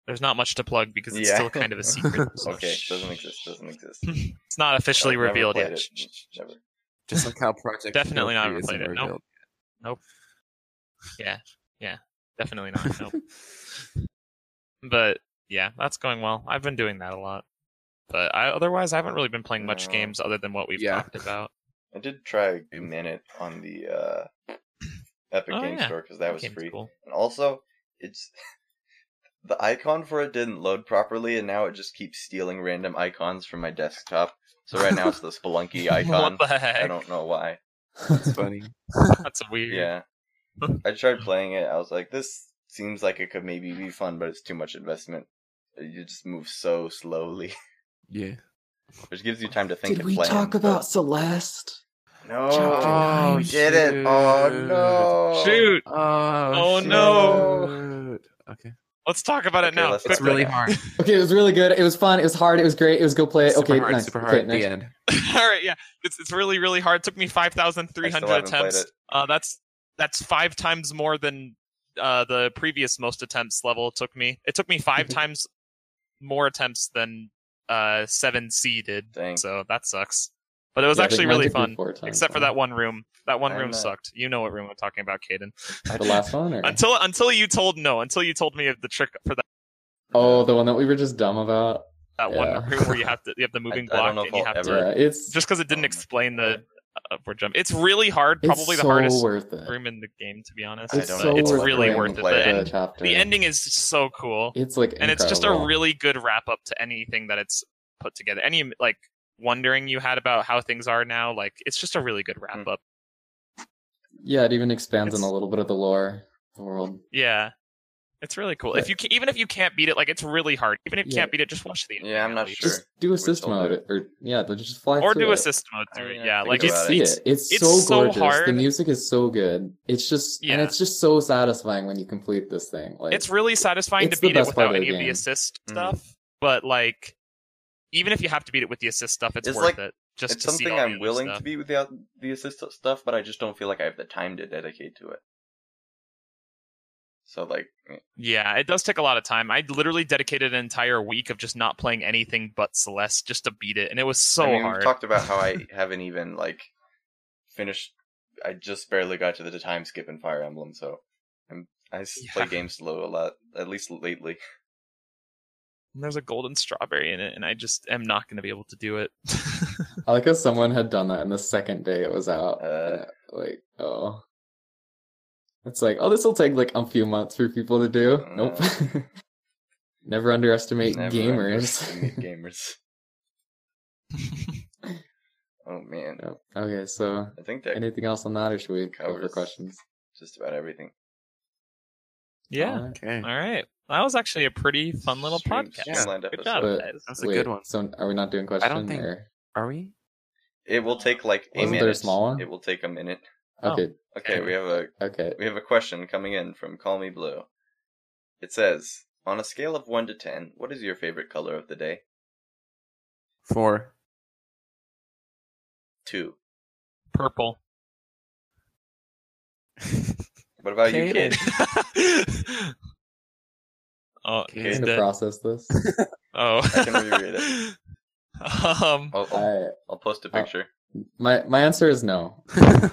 Speaker 4: there's not much to plug because it's
Speaker 1: Yeah.
Speaker 4: still kind of a secret. so
Speaker 1: Okay,
Speaker 4: shh.
Speaker 1: doesn't exist. Doesn't exist.
Speaker 4: It's not officially
Speaker 1: I've never
Speaker 4: revealed
Speaker 1: played
Speaker 4: yet.
Speaker 1: it.
Speaker 4: Shh, shh, shh.
Speaker 1: Never.
Speaker 3: Just like how Project
Speaker 4: Definitely not
Speaker 3: Valkyrie isn't
Speaker 4: related, no.
Speaker 3: revealed.
Speaker 4: Definitely not. Nope. but yeah, that's going well. I've been doing that a lot. But I, otherwise, I haven't really been playing much
Speaker 1: Yeah.
Speaker 4: games other than what we've
Speaker 3: Yeah.
Speaker 4: talked about.
Speaker 1: I did try a minute on the uh, Epic
Speaker 4: Oh,
Speaker 1: Game
Speaker 4: yeah.
Speaker 1: Store because that was
Speaker 4: game's
Speaker 1: free.
Speaker 4: cool.
Speaker 1: And also, it's the icon for it didn't load properly, and now it just keeps stealing random icons from my desktop. So right now it's the Spelunky icon.
Speaker 4: What the
Speaker 1: I
Speaker 4: heck?
Speaker 1: don't know why.
Speaker 3: It's funny.
Speaker 4: That's weird.
Speaker 1: Yeah. I tried playing it. I was like, this seems like it could maybe be fun, but it's too much investment. You just move so slowly,
Speaker 3: Yeah.
Speaker 1: which gives you time to think
Speaker 2: Did
Speaker 1: and
Speaker 2: we
Speaker 1: plan.
Speaker 2: talk about Celeste?
Speaker 1: but- No,
Speaker 3: Chapter
Speaker 1: oh,
Speaker 3: nine,
Speaker 1: we did it. Oh
Speaker 3: shoot.
Speaker 1: no.
Speaker 4: Shoot!
Speaker 3: Oh,
Speaker 4: Oh, no.
Speaker 3: shoot. Okay.
Speaker 4: Let's talk about it
Speaker 1: Okay,
Speaker 4: now.
Speaker 1: let's
Speaker 4: quick.
Speaker 3: It's
Speaker 1: Okay.
Speaker 3: really hard.
Speaker 2: Okay, it was really good. It was fun. It was hard. It was great. It was go play it.
Speaker 3: super
Speaker 2: okay,
Speaker 3: hard.
Speaker 2: nice.
Speaker 3: Super
Speaker 2: Okay,
Speaker 3: hard at
Speaker 2: next.
Speaker 3: the end.
Speaker 4: All right, yeah. It's, it's really, really hard. took me
Speaker 1: I still
Speaker 4: 5,300
Speaker 1: haven't played
Speaker 4: attempts.
Speaker 1: it.
Speaker 4: Uh, that's that's five times more than uh, the previous most attempts level took me. It took me five
Speaker 1: Mm-hmm.
Speaker 4: times more attempts than uh, seven C did.
Speaker 1: Dang.
Speaker 4: So that sucks. But it was
Speaker 2: Yeah, but
Speaker 4: actually
Speaker 2: mine
Speaker 4: really
Speaker 2: took me
Speaker 4: fun,
Speaker 2: four times,
Speaker 4: except for
Speaker 2: huh?
Speaker 4: that one room. That one
Speaker 1: I'm,
Speaker 4: room
Speaker 1: uh,
Speaker 4: sucked. You know what room I'm talking about, Caden.
Speaker 2: The last one, or
Speaker 4: Until until you told no, until you told me of the trick for that,
Speaker 2: oh, the one that we were just dumb about.
Speaker 4: that
Speaker 2: Yeah.
Speaker 4: one room where you have to you have the moving
Speaker 1: I
Speaker 4: block
Speaker 1: don't know if
Speaker 4: and you
Speaker 1: I'll
Speaker 4: have
Speaker 1: ever-
Speaker 4: to
Speaker 2: Yeah, it's
Speaker 4: just because it didn't
Speaker 1: Oh my
Speaker 4: explain the uh,
Speaker 1: God.
Speaker 4: upward jump. It's really hard,
Speaker 2: it's
Speaker 4: probably the
Speaker 2: so
Speaker 4: hardest
Speaker 2: worth it.
Speaker 4: room in the game to be honest.
Speaker 1: I
Speaker 2: It's
Speaker 1: don't
Speaker 4: but
Speaker 1: know
Speaker 2: so
Speaker 4: it's
Speaker 1: what
Speaker 4: really
Speaker 1: room
Speaker 4: worth
Speaker 1: to
Speaker 4: it.
Speaker 1: play
Speaker 4: The,
Speaker 1: it.
Speaker 4: end,
Speaker 2: The chapter.
Speaker 4: the ending is so cool.
Speaker 2: It's like
Speaker 4: and it's just a
Speaker 2: incredible.
Speaker 4: really good wrap up to anything that it's put together. Any like wondering you had about how things are now, like it's just a really good
Speaker 1: Mm-hmm.
Speaker 4: wrap up.
Speaker 2: yeah. It even expands on a
Speaker 4: it's-
Speaker 2: little bit of the lore, the world.
Speaker 4: Yeah, it's really cool. If
Speaker 2: But-
Speaker 4: you ca even if you can't beat it, like it's really hard. Even if you
Speaker 2: Yeah.
Speaker 4: can't beat it, just watch the.
Speaker 1: Yeah, I'm
Speaker 4: anime
Speaker 1: not
Speaker 4: at least.
Speaker 1: Sure.
Speaker 2: Just do assist
Speaker 1: still
Speaker 2: mode, or yeah, just fly
Speaker 4: Or
Speaker 2: through
Speaker 4: do
Speaker 2: it.
Speaker 4: assist mode
Speaker 1: I
Speaker 4: through
Speaker 1: mean,
Speaker 4: it.
Speaker 1: I
Speaker 4: Yeah,
Speaker 1: think
Speaker 4: like
Speaker 1: about
Speaker 4: it's
Speaker 1: it.
Speaker 2: see
Speaker 4: it's
Speaker 2: it. It's,
Speaker 4: it's
Speaker 2: so
Speaker 4: so
Speaker 2: gorgeous.
Speaker 4: hard.
Speaker 2: The music is so good. It's just and
Speaker 4: Yeah.
Speaker 2: it's just so satisfying when you complete this thing. Like
Speaker 4: it's really satisfying
Speaker 2: it's
Speaker 4: to
Speaker 2: the
Speaker 4: beat it
Speaker 2: best part
Speaker 4: without
Speaker 2: of the
Speaker 4: any of the
Speaker 2: game.
Speaker 4: assist
Speaker 1: Mhm.
Speaker 4: stuff. But like, even if you have to beat it with the assist stuff, it's,
Speaker 1: It's
Speaker 4: worth
Speaker 1: like-
Speaker 4: it. Just
Speaker 1: it's
Speaker 4: to see
Speaker 1: something
Speaker 4: all the
Speaker 1: I'm
Speaker 4: other
Speaker 1: willing
Speaker 4: stuff.
Speaker 1: to be without the assist stuff, but I just don't feel like I have the time to dedicate to it. So like, eh,
Speaker 4: Yeah, it does take a lot of time. I literally dedicated an entire week of just not playing anything but Celeste just to beat it, and it was so
Speaker 1: I mean,
Speaker 4: hard.
Speaker 1: we've talked about how I haven't even like finished. I just barely got to the time skip in Fire Emblem, so I'm, I s- play
Speaker 4: Yeah.
Speaker 1: games slow a lot, at least lately.
Speaker 4: And There's a golden strawberry in it, and I just am not going to be able to do it.
Speaker 2: I like how someone had done that, and the second day it was out.
Speaker 1: Uh.
Speaker 2: like oh, it's like oh, this will take like a few months for people to do. nope. Never underestimate
Speaker 1: Mm. Never
Speaker 2: gamers.
Speaker 1: underestimate gamers. Oh man,
Speaker 2: Yep. Okay, so
Speaker 1: I think that
Speaker 2: anything else on that, or should we go for
Speaker 1: Covers.
Speaker 2: questions?
Speaker 1: just about everything.
Speaker 4: yeah.
Speaker 2: Alright.
Speaker 3: Okay.
Speaker 4: All right. That was actually a pretty fun little
Speaker 1: Stream-
Speaker 4: podcast.
Speaker 1: streamlined
Speaker 4: Good
Speaker 1: episode.
Speaker 4: job,
Speaker 2: But-
Speaker 4: guys.
Speaker 3: That's a good one.
Speaker 2: So are we not doing questions?
Speaker 3: think-
Speaker 2: Or...
Speaker 3: Are we?
Speaker 1: It will take like a
Speaker 2: Wasn't
Speaker 1: minute.
Speaker 2: there a small one?
Speaker 1: It will take a minute.
Speaker 4: Oh.
Speaker 2: Okay.
Speaker 1: Okay, we have a
Speaker 2: Okay.
Speaker 1: We have a question coming in from Call Me Blue. It says, "On a scale of one to ten, what is your favorite color of the day?"
Speaker 3: Four.
Speaker 1: Two.
Speaker 4: Purple.
Speaker 1: What about you,
Speaker 3: Kaden.
Speaker 1: kid?
Speaker 4: oh, he's
Speaker 2: I'm
Speaker 1: Okay.
Speaker 2: gonna
Speaker 4: dead.
Speaker 2: process this.
Speaker 4: Oh.
Speaker 1: I can reread Oh,
Speaker 4: Um,
Speaker 1: I'll, I'll,
Speaker 2: Alright.
Speaker 1: I'll post
Speaker 2: Uh,
Speaker 1: a picture.
Speaker 2: My my answer is no.
Speaker 1: I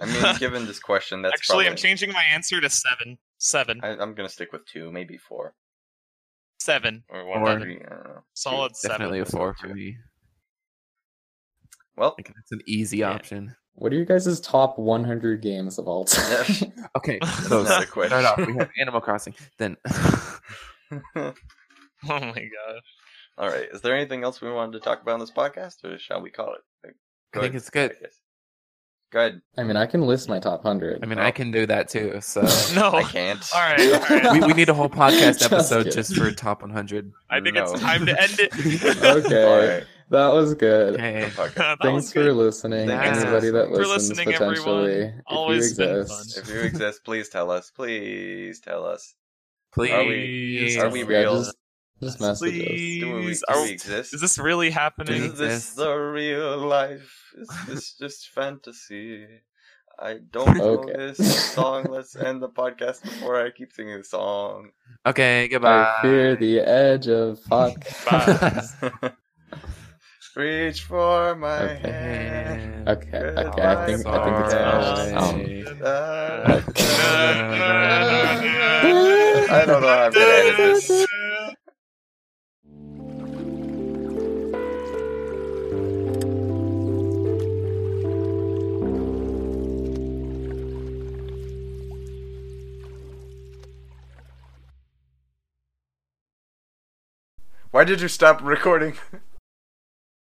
Speaker 1: mean, given this question, that's
Speaker 4: actually, I'm
Speaker 1: probably-
Speaker 4: changing my answer to seven. Seven.
Speaker 1: I, I'm gonna stick with two, maybe four,
Speaker 4: Seven.
Speaker 1: or one,
Speaker 3: Or-
Speaker 1: three. I don't know.
Speaker 4: Solid seven.
Speaker 3: Definitely a four for me.
Speaker 1: Well,
Speaker 3: Like that's an easy
Speaker 4: Yeah.
Speaker 3: option.
Speaker 2: What are you guys' top 100 games of all time?
Speaker 3: Okay.
Speaker 4: That's
Speaker 1: not
Speaker 3: So
Speaker 1: a
Speaker 3: start off.
Speaker 1: question.
Speaker 3: We have Animal Crossing. Then
Speaker 4: Oh my gosh.
Speaker 1: all right. Is there anything else we wanted to talk about on this podcast, or shall we call it?
Speaker 3: I think it's good.
Speaker 1: Good.
Speaker 2: I mean, I can list my top 100.
Speaker 3: I mean, I can do that too. So
Speaker 4: No.
Speaker 1: I can't.
Speaker 4: All right. All right.
Speaker 3: we, we need a whole podcast
Speaker 2: Just
Speaker 3: episode
Speaker 2: kidding.
Speaker 3: just for top 100.
Speaker 4: I think
Speaker 1: No.
Speaker 4: it's time to end it.
Speaker 2: okay,
Speaker 1: All right.
Speaker 2: that was good.
Speaker 3: Okay.
Speaker 1: Okay.
Speaker 4: That
Speaker 2: Thanks
Speaker 4: was good.
Speaker 2: for listening,
Speaker 1: Thanks.
Speaker 2: anybody that
Speaker 1: Thanks
Speaker 4: for
Speaker 2: listens
Speaker 4: listening, everyone.
Speaker 2: potentially. if you
Speaker 4: Always been
Speaker 2: exist.
Speaker 1: If you exist, please tell us. Please tell us.
Speaker 3: Please.
Speaker 1: Are we- are we
Speaker 2: Yeah,
Speaker 1: real?
Speaker 2: just, just message us.
Speaker 1: Do we,
Speaker 4: Please,
Speaker 1: do
Speaker 4: are-
Speaker 1: we exist?
Speaker 4: Is this really happening?
Speaker 1: Is this
Speaker 3: exist?
Speaker 1: the real life? Is this just fantasy? I don't know
Speaker 2: Okay.
Speaker 1: this song. Let's end the podcast before I keep singing the song.
Speaker 3: Okay.
Speaker 2: I
Speaker 3: Goodbye.
Speaker 2: fear the edge of fuck.
Speaker 4: Bye.
Speaker 1: Reach for my
Speaker 2: Okay.
Speaker 1: hand.
Speaker 2: okay, okay, I think I think it's
Speaker 1: Sorry.
Speaker 2: finished. Um,
Speaker 1: Uh,
Speaker 2: Okay.
Speaker 1: I don't know how I'm gonna edit this. Why did you stop recording?